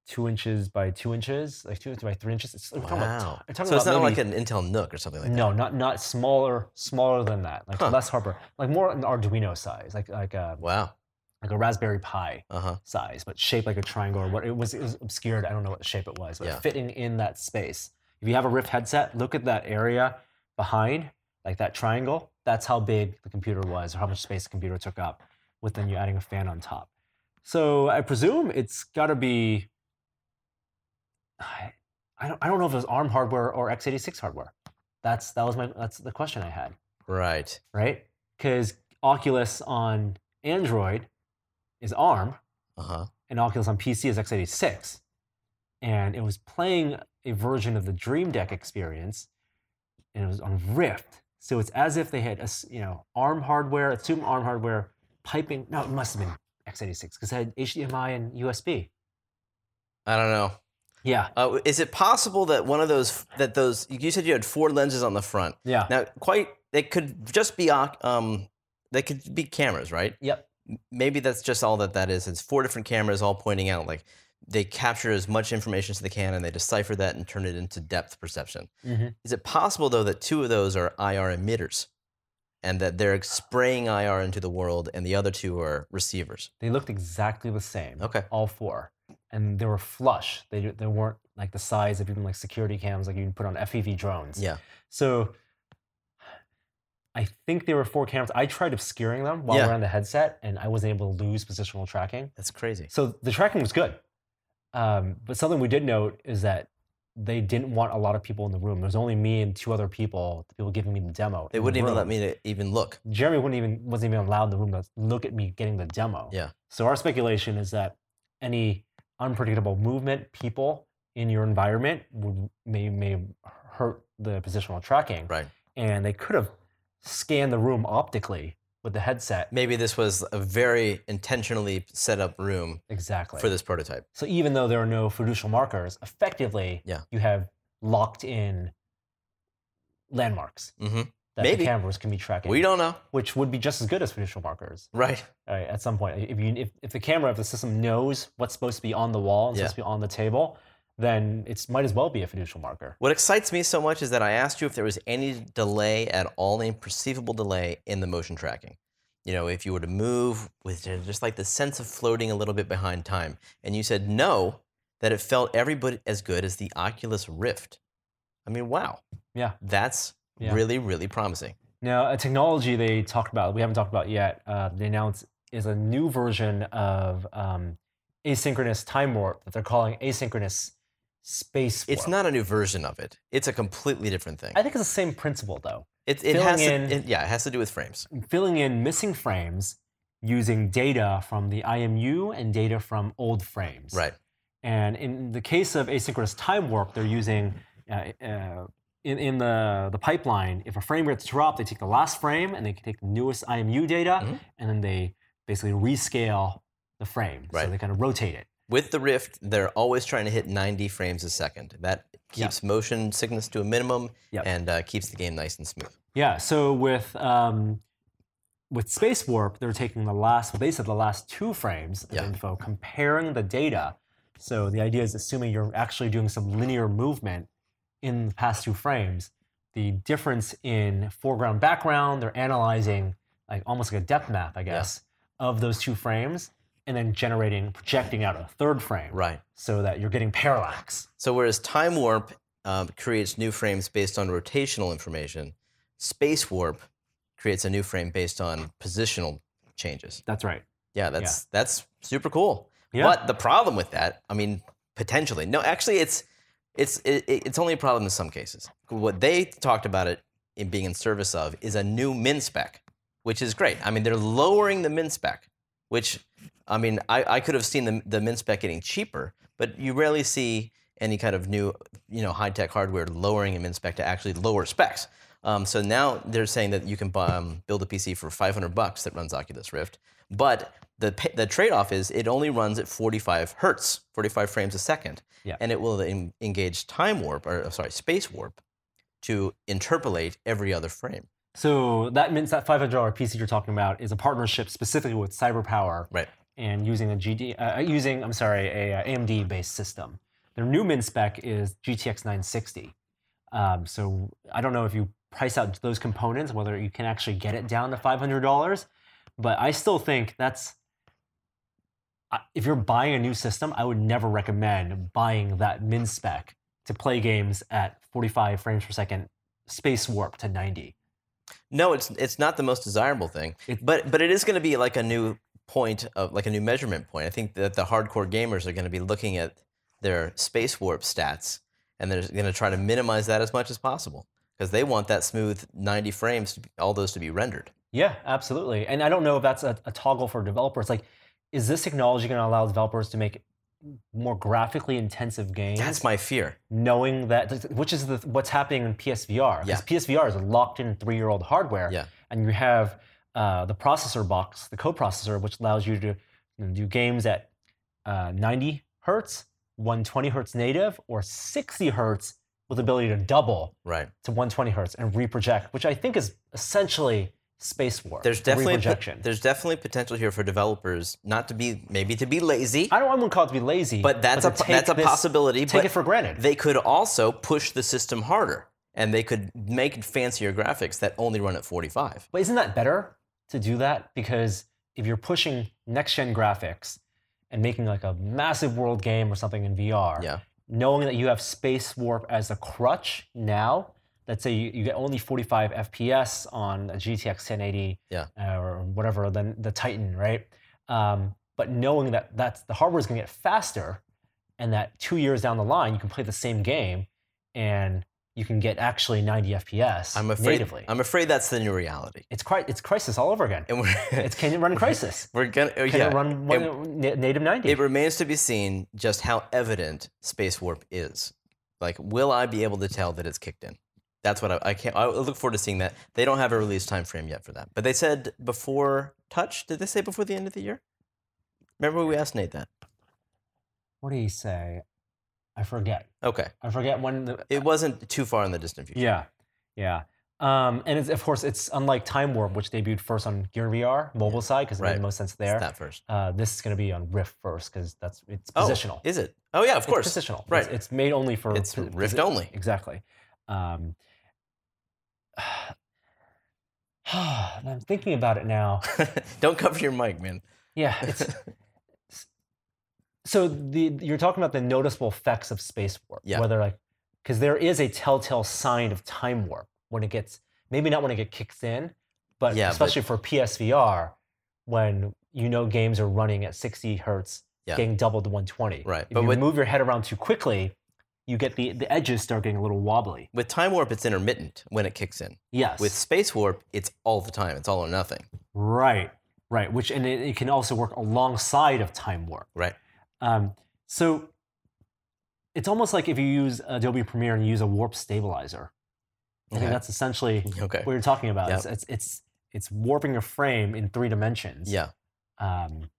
S1: two inches by two inches, like two inches by three inches. It's, we're talking about
S2: Wow.
S1: I'm talking
S2: so it's
S1: about
S2: not
S1: maybe-
S2: like an Intel Nook or something like that.
S1: no, not not smaller, smaller than that. Like
S2: Huh.
S1: less Harper, like more an Arduino size, like like a
S2: Wow.
S1: like a Raspberry Pi
S2: Uh huh.
S1: size, but shaped like a triangle or what it was. It was obscured. I don't know what shape it was, but
S2: Yeah.
S1: fitting in that space. If you have a Rift headset, look at that area behind, like that triangle. That's how big the computer was, or how much space the computer took up. With then you adding a fan on top. So I presume it's got to be. I I don't, I don't know if it was ARM hardware or x86 hardware. That's that was my that's the question I had
S2: Right.
S1: right? Because Oculus on Android is ARM,
S2: Uh huh.
S1: and Oculus on PC is x86. And it was playing a version of the Dream Deck experience, and it was on Rift. So it's as if they had, ass- you know, ARM hardware, assume ARM hardware, piping. No, it must have been x86 because it had HDMI and USB.
S2: I don't know.
S1: Yeah,
S2: Uh, is it possible that one of those that those you said you had four lenses on the front?
S1: yeah,
S2: Now, quite they could just be oc- um they could be cameras, right?
S1: yep,
S2: maybe that's just all that that is. It's four different cameras all pointing out like they capture as much information as they can and they decipher that and turn it into depth perception.
S1: Mhm.
S2: Is it possible though that two of those are IR emitters and that they're spraying IR into the world and the other two are receivers?
S1: they looked exactly the same.
S2: Okay.
S1: all four, and they were flush. They they weren't like the size of even like security cams like you can put on FPV drones.
S2: Yeah.
S1: So I think there were four cameras. I tried obscuring them while
S2: Yeah.
S1: we're on the headset, and I wasn't able to lose positional tracking.
S2: That's crazy.
S1: So the tracking was good. Um, but something we did note is that they didn't want a lot of people in the room. There was only me and two other people, the people giving me the demo.
S2: They
S1: in the
S2: wouldn't even let
S1: room.
S2: me to even look.
S1: Jeremy wouldn't even wasn't even allowed in the room to look at me getting the demo.
S2: Yeah.
S1: So our speculation is that any unpredictable movement, people in your environment would may may hurt the positional tracking.
S2: Right.
S1: And they could have scanned the room optically with the headset.
S2: Maybe this was a very intentionally set up room
S1: Exactly.
S2: for this prototype.
S1: so even though there are no fiducial markers, effectively
S2: Yeah.
S1: you have locked in landmarks
S2: hmm
S1: that
S2: Maybe.
S1: the cameras can be tracking.
S2: We don't know.
S1: which would be just as good as fiducial markers.
S2: Right.
S1: All right, at some point, if you if, if the camera if the system knows what's supposed to be on the wall and
S2: Yeah.
S1: supposed to be on the table, then it might as well be a fiducial marker.
S2: What excites me so much is that I asked you if there was any delay at all, any perceivable delay in the motion tracking. You know, if you were to move with just like the sense of floating a little bit behind time. And you said no, that it felt every bit as good as the Oculus Rift. I mean, wow.
S1: Yeah.
S2: That's
S1: Yeah.
S2: really, really promising.
S1: Now, a technology they talked about we haven't talked about yet. Uh, they announced is a new version of um, asynchronous time warp that they're calling asynchronous space.
S2: It's
S1: warp.
S2: not a new version of it, it's a completely different thing.
S1: I think it's the same principle though.
S2: It, it
S1: filling
S2: has to,
S1: in-
S2: it- yeah, it has to do with frames.
S1: filling in missing frames using data from the IMU and data from old frames.
S2: Right.
S1: And in the case of asynchronous time warp, they're using uh, uh, in, in the, the pipeline, if a frame gets dropped, they take the last frame and they can take the newest IMU data
S2: Mhm.
S1: and then they basically rescale the frame.
S2: Right.
S1: So they kind of rotate it.
S2: With the Rift, they're always trying to hit 90 frames a second. That
S1: Yeah.
S2: keeps motion sickness to a minimum
S1: Yeah.
S2: and uh, keeps the game nice and smooth.
S1: Yeah. So with um, with space warp, they're taking the last what they said the last two frames of
S2: Yeah.
S1: info, comparing the data. So the idea is assuming you're actually doing some linear movement in the past two frames, the difference in foreground background, they're analyzing like almost like a depth map, I guess, of those two frames, and then generating projecting out a third frame,
S2: Right.
S1: so that you're getting parallax.
S2: So whereas Time Warp um, creates new frames based on rotational information, Space Warp creates a new frame based on positional changes.
S1: That's right.
S2: Yeah, that's that's super cool.
S1: Yeah.
S2: But the problem with that, I mean, potentially, no, actually, it's it's it, it- it's only a problem in some cases. What they talked about it in being in service of is a new min spec, which is great. I mean, they're lowering the min spec, which I mean, I, I could have seen the the min spec getting cheaper, but you rarely see any kind of new, you know, high tech hardware lowering a min spec to actually lower specs. Um, so now they're saying that you can buy, um, build a PC for 500 bucks that runs Oculus Rift, but the pa- the trade off is it only runs at 45 hertz, 45 frames a second,
S1: Yeah.
S2: and it will en- engage time warp or uh, sorry space warp to interpolate every other frame.
S1: So that means that $500 PC you're talking about is a partnership specifically with CyberPower
S2: Right.
S1: and using a GD, uh, using I'm sorry, a, uh AMD based system. Their new min spec is GTX 960. Um, so I don't know if you price out those components whether you can actually get it down to $500, but I still think that's I- if you're buying a new system, I would never recommend buying that min spec to play games at 45 frames per second, space warp to 90.
S2: No, it's it's not the most desirable thing,
S1: It-
S2: but but it is going to be like a new point of like a new measurement point. I think that the hardcore gamers are going to be looking at their space warp stats, and they're going to try to minimize that as much as possible because they want that smooth ninety frames, to be, all those to be rendered.
S1: Yeah, absolutely. And I don't know if that's a, a toggle for developers. Like, is this technology going to allow developers to make more graphically intensive games,
S2: That's my fear.
S1: knowing that, which is the, what's happening in PSVR?
S2: Yeah.
S1: Because PSVR is locked in three year old hardware.
S2: Yeah.
S1: And you have uh, the processor box, the coprocessor, which allows you to you know, do games at uh, 90 hertz, 120 hertz native, or 60 hertz with ability to double
S2: Right.
S1: to 120 hertz and reproject, which I think is essentially space warp.
S2: There's definitely
S1: reprojection.
S2: there's definitely potential here for developers not to be maybe to be lazy,
S1: I don't. I wouldn't call it to be lazy,
S2: but that's
S1: to
S2: a
S1: take
S2: that's a
S1: this-
S2: possibility.
S1: Take
S2: but
S1: it for granted.
S2: they could also push the system harder and they could make fancier graphics that only run at 45
S1: but isn't that better to do that? Because if you're pushing next gen graphics and making like a massive world game or something in VR,
S2: yeah
S1: knowing that you have space warp as a crutch now, let's say you, you get only 45 FPS on a GTX 1080
S2: Yeah.
S1: uh, or whatever, then the Titan, right? Um, but knowing that that's the hardware is going to get faster and that two years down the line, you can play the same game and you can get actually 90 FPS
S2: i'm afraid
S1: natively.
S2: i'm afraid that's the new reality
S1: it's, cri- it's Crisis all over again.
S2: and we're
S1: It's can it run Crisis?
S2: we're gonna oh,
S1: Can
S2: yeah
S1: it run one, na- native 90?
S2: it remains to be seen just how evident space warp is like will i be able to tell that it's kicked in that's what i, I can't i look forward to seeing that they don't have a release time frame yet for that but they said before touch did they say before the end of the year remember we asked nate that
S1: what do you say? I forget.
S2: okay
S1: I forget when the,
S2: it wasn't too far in the distant future
S1: Uh, Yeah, yeah. Um, and it's, of course, it's unlike Time Warp, which debuted first on Gear VR mobile side because it made
S2: Right.
S1: the most sense
S2: It's
S1: there.
S2: that first
S1: Uh, this is going to be on Rift first because that's it's
S2: Oh,
S1: positional.
S2: Is it? Oh yeah, of
S1: It's
S2: course.
S1: positional. It's-
S2: Right.
S1: It's, made only for
S2: It's
S1: posi-
S2: Rift
S1: posi-
S2: only.
S1: Exactly. Um, and I'm thinking about it now.
S2: Don't cover your mic, man.
S1: Yeah, it's. So the you're talking about the noticeable effects of space warp,
S2: Yeah.
S1: whether like because there is a telltale sign of time warp when it gets maybe not when it gets kicked in, but
S2: Yeah, but-
S1: especially for PSVR when you know games are running at 60 hertz,
S2: Yeah.
S1: getting doubled to 120.
S2: Right,
S1: If
S2: but
S1: you
S2: with-
S1: move your head around too quickly, you get the the edges start getting a little wobbly.
S2: With time warp, it's intermittent when it kicks in.
S1: Yes.
S2: With space warp, it's all the time. It's all or nothing.
S1: Right, right. Which and it, it can also work alongside of time warp.
S2: Right.
S1: Um, so it's almost like if you use Adobe Premiere and use a warp stabilizer. I think
S2: Okay.
S1: that's essentially
S2: Okay.
S1: what you're talking about.
S2: Yep.
S1: It's, it's it's it's warping a frame in three dimensions.
S2: Yeah.
S1: Um,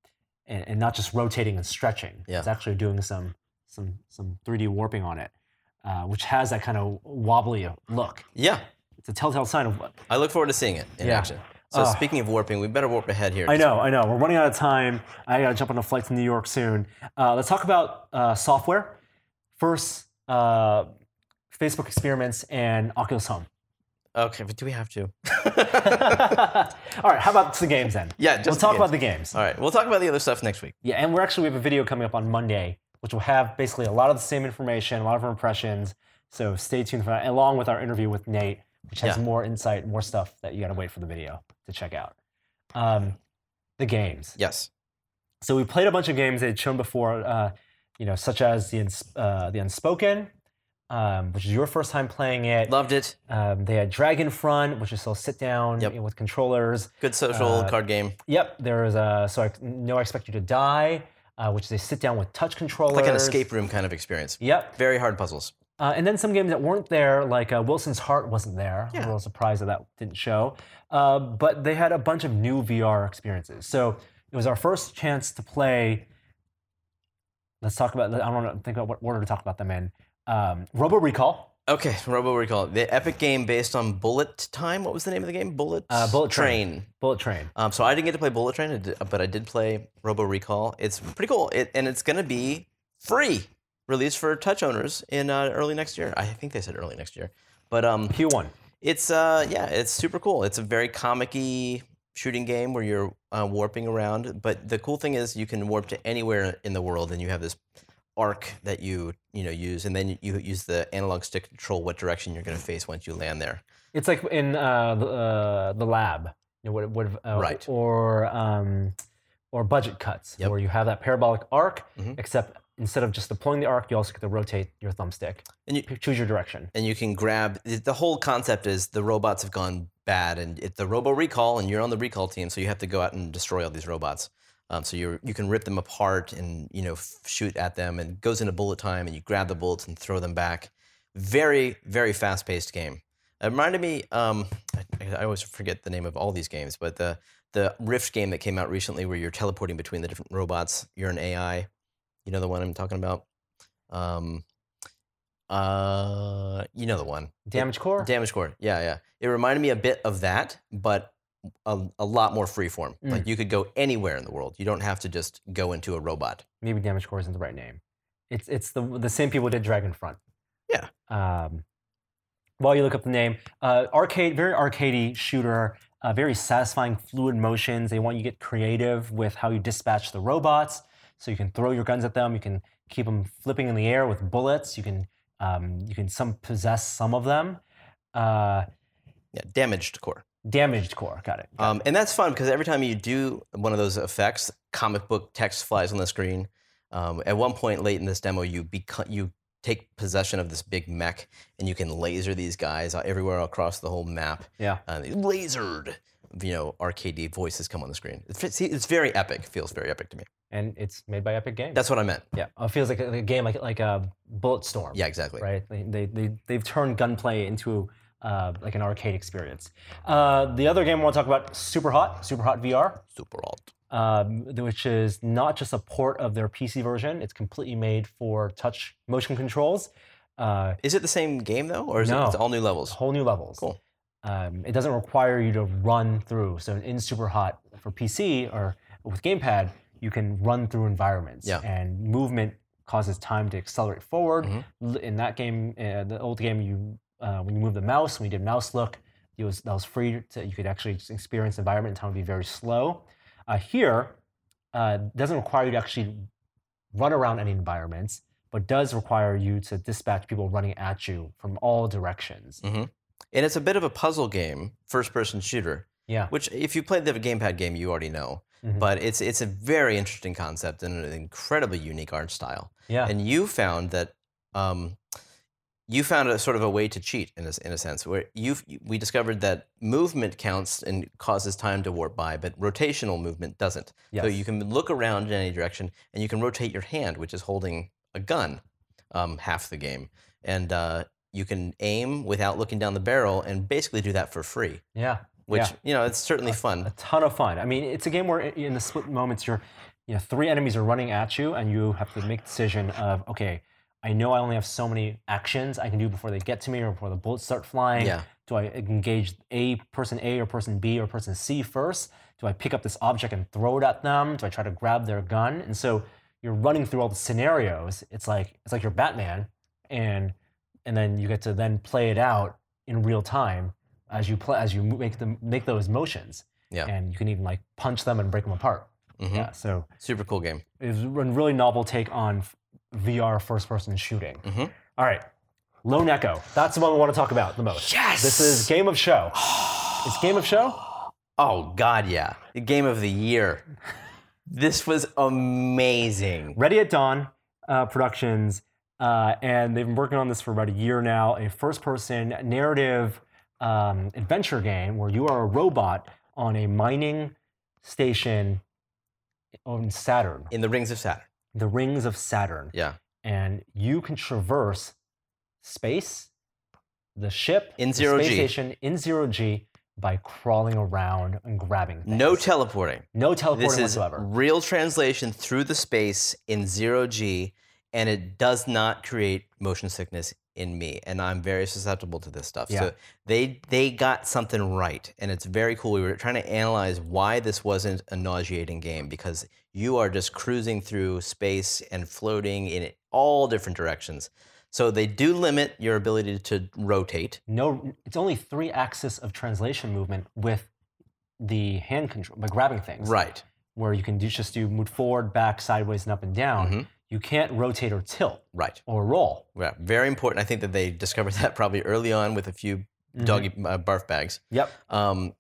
S1: and, and not just rotating and stretching.
S2: Yeah.
S1: It's actually doing some some some 3D warping on it, uh, which has that kind of wobbly look.
S2: Yeah.
S1: It's a telltale sign of what.
S2: I look forward to seeing it in
S1: Yeah.
S2: action. So
S1: Ah.
S2: speaking of warping, we better warp ahead here.
S1: I know, I know. We're running out of time. I gotta jump on a flight to New York soon. Uh, let's talk about uh, software. First, uh, Facebook experiments and Oculus Home.
S2: Okay, but do we have to?
S1: All right, how about the games then?
S2: Yeah, just
S1: we'll
S2: the
S1: talk about the
S2: games.
S1: games.
S2: all right. We'll talk about the other stuff next week.
S1: Yeah, and we're actually we have a video coming up on Monday, which will have basically a lot of the same information, a lot of our impressions. So stay tuned for that, along with our interview with Nate, which has
S2: Yeah.
S1: more insight, more stuff that you gotta wait for the video to check out. Um, the games.
S2: Yes.
S1: So we played a bunch of games they'd shown before, uh, you know, such as the Ins- uh, the Unspoken, um, which is your first time playing it.
S2: Loved it.
S1: Um, they had Dragonfront, which is still sit down
S2: Yep.
S1: you know, with controllers.
S2: Good social
S1: Uh,
S2: card game.
S1: Yep, there is a so I, no I expect you to die, uh, which is a sit down with touch controllers.
S2: Like an escape room kind of experience.
S1: Yep,
S2: Very hard puzzles.
S1: uh, and then some games that weren't there, like uh, Wilson's Heart wasn't there. I'm
S2: Yeah.
S1: a little surprised that that didn't show. Uh, but they had a bunch of new VR experiences. So it was our first chance to play. Let's talk about, I don't know, think about what order to talk about them in. Um, Robo Recall,
S2: Okay, Robo Recall. The epic game based on Bullet Time. What was the name of the game? Bullet,
S1: Uh, Bullet Train.
S2: Train.
S1: Bullet Train.
S2: Um, so I didn't get to play Bullet Train, I did- but I did play Robo Recall. It's pretty cool, it, and it's going to be free, released for touch owners in uh, early next year. I think they said early next year. But um,
S1: Q1.
S2: it's uh yeah, it's super cool. It's a very comic-y shooting game where you're uh, warping around, but the cool thing is you can warp to anywhere in the world and you have this arc that you, you know, use and then you, you use the analog stick to control what direction you're going to face once you land there.
S1: It's like in uh, the, uh, the lab, you know, what, what, uh,
S2: Right.
S1: Or um, or budget cuts,
S2: Yep.
S1: where you have that parabolic arc,
S2: Mhm.
S1: except instead of just deploying the arc, you also get to rotate your thumbstick,
S2: And you
S1: P- choose your direction.
S2: and you can grab the the whole concept is the robots have gone bad and it's the robo recall and you're on the recall team so you have to go out and destroy all these robots um, so you you can rip them apart and you know f- shoot at them and it goes into bullet time and you grab the bullets and throw them back very very fast paced game it reminded me um, I, I always forget the name of all these games but the the rift game that came out recently where you're teleporting between the different robots you're an ai you know the one i'm talking about um, uh, you know the one
S1: Damage core?
S2: Damage Core. Yeah, yeah. It reminded me a bit of that, but a, a lot more freeform.
S1: Mm.
S2: Like you could go anywhere in the world. You don't have to just go into a robot.
S1: Maybe damage core isn't the right name. It's, it's the, the same people did Dragon Front.
S2: Yeah.
S1: Um, while you look up the name, uh, arcade, very arcadey shooter, uh, very satisfying fluid motions. They want you to get creative with how you dispatch the robots. So you can throw your guns at them. You can keep them flipping in the air with bullets. You can um, you can some possess some of them. Uh,
S2: Yeah, damaged core.
S1: damaged core, got it.
S2: Um, and that's fun because every time you do one of those effects, comic book text flies on the screen. Um, at one point late in this demo, you beco- you take possession of this big mech and you can laser these guys uh, everywhere across the whole map.
S1: yeah.
S2: Uh, lasered, you know, arcade voices come on the screen. It's, see, it's very epic. Feels very epic to me.
S1: And it's made by Epic Games.
S2: That's what I meant.
S1: yeah. Oh, It feels like a, like a game like like a Bullet Storm.
S2: Yeah, exactly.
S1: right? They, they, they, they've turned gunplay into uh, like an arcade experience. Uh, the other game I want to talk about, Super Hot, Super Hot VR,
S2: Super alt.
S1: um, which is not just a port of their PC version, it's completely made for touch motion controls, uh,
S2: Is it the same game though, or is
S1: No.
S2: it it's all new levels?
S1: whole new levels.
S2: Cool.
S1: Um, it doesn't require you to run through. So in Super Hot for PC or with gamepad, you can run through environments,
S2: Yeah.
S1: and movement causes time to accelerate forward.
S2: Mhm.
S1: L- In that game, uh, the old game, you uh, when you move the mouse, when you did mouse look, it was that was free. To, you could actually just experience environment, and time would be very slow. Uh, here, uh, doesn't require you to actually run around any environments, but does require you to dispatch people running at you from all directions.
S2: And it's a bit of a puzzle game, first-person shooter,
S1: Yeah.
S2: which if you played the gamepad game, you already know.
S1: Mhm.
S2: But it's it's a very interesting concept and an incredibly unique art style.
S1: Yeah.
S2: And you found that um, you found a sort of a way to cheat in a, s- in a sense where you we discovered that movement counts and causes time to warp by, but rotational movement doesn't. So you can look around in any direction, and you can rotate your hand, which is holding a gun, um, half the game, and uh, you can aim without looking down the barrel, and basically do that for free.
S1: yeah.
S2: Which
S1: Yeah.
S2: you know, it's certainly
S1: a
S2: fun.
S1: ton of fun. I mean, it's a game where i- in the split moments, you're, you know, three enemies are running at you, and you have to make decision of okay, I know I only have so many actions I can do before they get to me or before the bullets start flying.
S2: Yeah.
S1: Do I engage a person A or person B or person C first? Do I pick up this object and throw it at them? Do I try to grab their gun? And so you're running through all the scenarios. It's like it's like you're Batman, and and then you get to then play it out in real time as you play as you mo- make them make those motions.
S2: Yeah.
S1: And you can even like punch them and break them apart.
S2: Mhm.
S1: Yeah. So
S2: Super cool game.
S1: it's a really novel take on f- VR first person shooting.
S2: Mhm.
S1: All right. Lone Echo. That's the one we want to talk about the most.
S2: Yes.
S1: This is game of show. it's game of show.
S2: Oh God, yeah, the game of the year. this was amazing.
S1: Ready at Dawn uh, Productions, uh, and they've been working on this for about a year now. A first-person narrative um, adventure game where you are a robot on a mining station on Saturn,
S2: In the Rings of Saturn.
S1: the rings of Saturn,
S2: Yeah,
S1: and you can traverse space, the ship,
S2: In
S1: the
S2: zero
S1: space
S2: G.
S1: station in zero g by crawling around and grabbing. Things.
S2: no teleporting.
S1: no teleporting
S2: This is
S1: whatsoever.
S2: real translation through the space in zero G, and it does not create motion sickness in me, and I'm very susceptible to this stuff.
S1: Yeah.
S2: So they they got something right, and it's very cool. We were trying to analyze why this wasn't a nauseating game because you are just cruising through space and floating in all different directions. So they do limit your ability to rotate.
S1: No, it's only three axis of translation movement with the hand control by grabbing things.
S2: Right.
S1: Where you can do, just do move forward, back, sideways, and up and down.
S2: Mhm.
S1: You can't rotate or tilt
S2: Right.
S1: or roll.
S2: Yeah. Very important. I think that they discovered that probably early on with a few doggy uh, barf bags.
S1: Mm-hmm. Yep.
S2: Um,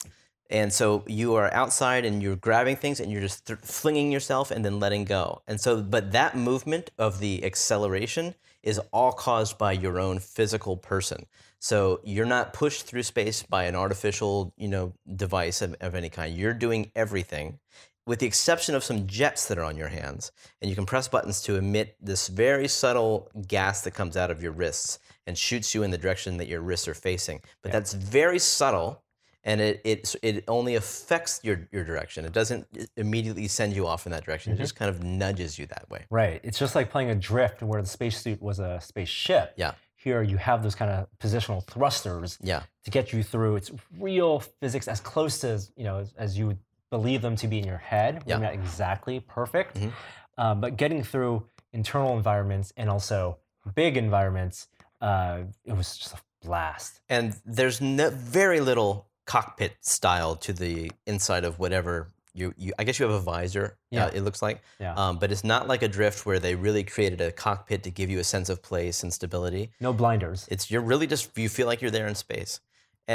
S2: and so you are outside and you're grabbing things and you're just th- flinging yourself and then letting go. And so, but that movement of the acceleration is all caused by your own physical person. So you're not pushed through space by an artificial, you know, device of, of any kind. You're doing everything, with the exception of some jets that are on your hands, and you can press buttons to emit this very subtle gas that comes out of your wrists and shoots you in the direction that your wrists are facing. But that's very subtle and it it it only affects your your direction. It doesn't immediately send you off in that direction. It just kind of nudges you that way.
S1: Right. It's just like playing Adrift where the spacesuit was a spaceship.
S2: Yeah.
S1: Here you have those kind of positional thrusters
S2: Yeah,
S1: to get you through. It's real physics as close to as you know as, as you would believe them to be in your head.
S2: Yeah.
S1: We're not exactly perfect,
S2: Mhm.
S1: Uh, but getting through internal environments and also big environments, uh, it was just a blast.
S2: and there's no, very little cockpit style to the inside of whatever you you. I guess you have a visor.
S1: Yeah.
S2: uh, it looks like.
S1: Yeah.
S2: Um, but it's not like a drift where they really created a cockpit to give you a sense of place and stability.
S1: No blinders.
S2: It's you're really just you feel like you're there in space,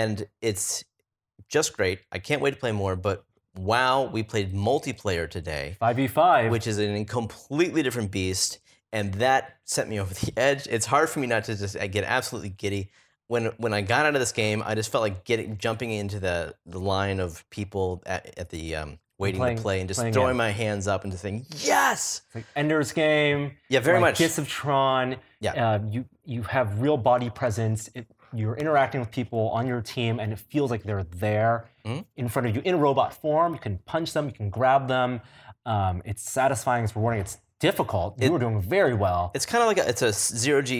S2: and it's just great. I can't wait to play more. But wow, we played multiplayer today.
S1: Five v five.
S2: which is an completely different beast, and that sent me over the edge. It's hard for me not to just I get absolutely giddy. When when I got out of this game, I just felt like getting jumping into the, the line of people at, at the um, waiting
S1: Playing-
S2: to play and just
S1: playing
S2: throwing
S1: it.
S2: my hands up and just saying yes,
S1: It's like Ender's Game.
S2: yeah, very
S1: like
S2: much.
S1: Kiss of Tron.
S2: Yeah.
S1: Uh, you you have real body presence. It, you're interacting with people on your team, and it feels like they're there
S2: Mhm.
S1: in front of you in robot form. You can punch them. You can grab them. Um, it's satisfying. It's rewarding. It's difficult.
S2: It-
S1: you were doing very well.
S2: It's kind of like a, it's a zero G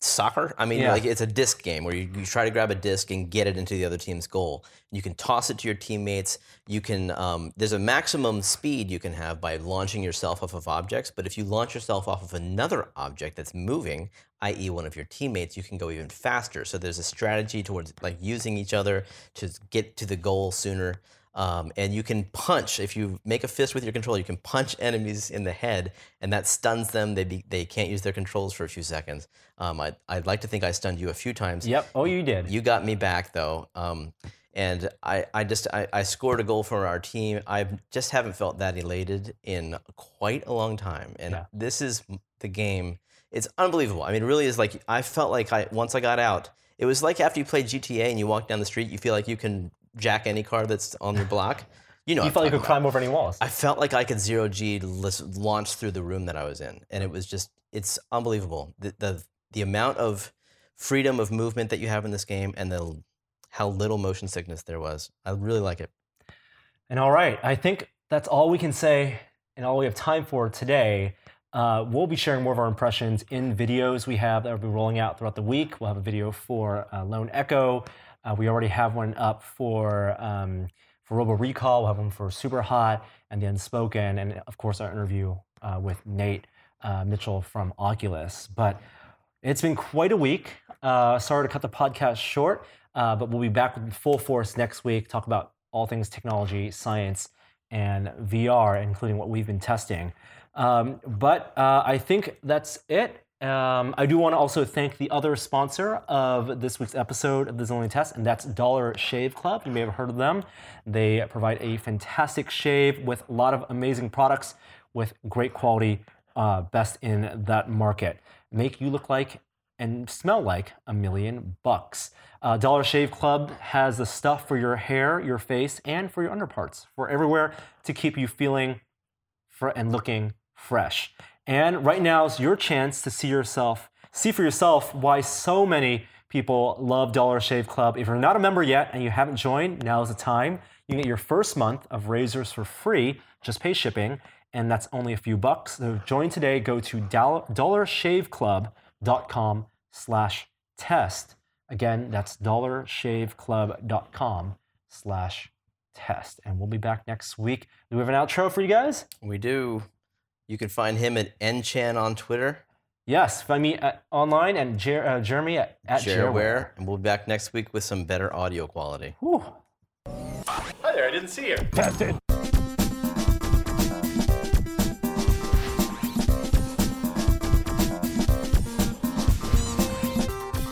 S2: soccer. I mean,
S1: Yeah.
S2: like it's a disc game where you, you try to grab a disc and get it into the other team's goal. You can toss it to your teammates. You can um, there's a maximum speed you can have by launching yourself off of objects. But if you launch yourself off of another object that's moving, i.e., one of your teammates, you can go even faster. So there's a strategy towards like using each other to get to the goal sooner. Um, and you can punch if you make a fist with your controller. You can punch enemies in the head, and that stuns them. They be, they can't use their controls for a few seconds. Um, I I'd like to think I stunned you a few times.
S1: Yep. Oh, you did.
S2: You got me back though. Um, and I, I just I, I scored a goal for our team. I just haven't felt that elated in quite a long time. And
S1: Yeah.
S2: this is the game. It's unbelievable. I mean, it really is like I felt like I once I got out, it was like after you play GTA and you walk down the street, you feel like you can jack any car that's on the block. You know,
S1: you
S2: what
S1: felt
S2: I'm
S1: like you could
S2: talking about.
S1: climb over any walls.
S2: I felt like I could zero G lis- launch through the room that I was in, and it was just it's unbelievable the the, the amount of freedom of movement that you have in this game, and the how little motion sickness there was. I really like it.
S1: And all right, I think that's all we can say and all we have time for today. Uh, we'll be sharing more of our impressions in videos we have that will be rolling out throughout the week. We'll have a video for uh, Lone Echo. Uh, we already have one up for um, for Robo Recall. We'll have one for Super Hot and the Unspoken, and of course our interview uh, with Nate uh, Mitchell from Oculus. But it's been quite a week. Uh, sorry to cut the podcast short, uh, but we'll be back with full force next week. Talk about all things technology, science, and VR, including what we've been testing. Um, but uh, I think that's it. Um, I do want to also thank the other sponsor of this week's episode of The Only Test, and that's Dollar Shave Club. You may have heard of them. They provide a fantastic shave with a lot of amazing products with great quality, uh, best in that market. Make you look like and smell like a million bucks. Uh, Dollar Shave Club has the stuff for your hair, your face, and for your underparts, for everywhere to keep you feeling fr- and looking fresh. And right now is your chance to see yourself, see for yourself why so many people love Dollar Shave Club. If you're not a member yet and you haven't joined, now is the time. You can get your first month of razors for free. Just pay shipping, and that's only a few bucks. So join today. Go to doll- dollarshaveclub.com slash test. Again, that's dollarshaveclub.com slash test. And we'll be back next week. Do we have an outro for you guys?
S2: We do. You can find him at nchan on Twitter.
S1: Yes, find me at, online and Jer- uh, Jeremy at, at Jerware.
S2: Shareware, and we'll be back next week with some better audio quality.
S1: Whew.
S4: Hi there, I didn't see you.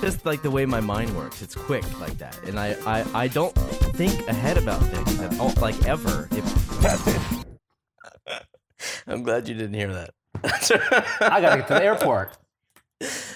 S5: just like the way my mind works. It's quick like that, and I I, I don't think ahead about things at all, like ever. If,
S2: I'm glad you didn't hear that.
S1: I got to get to the airport.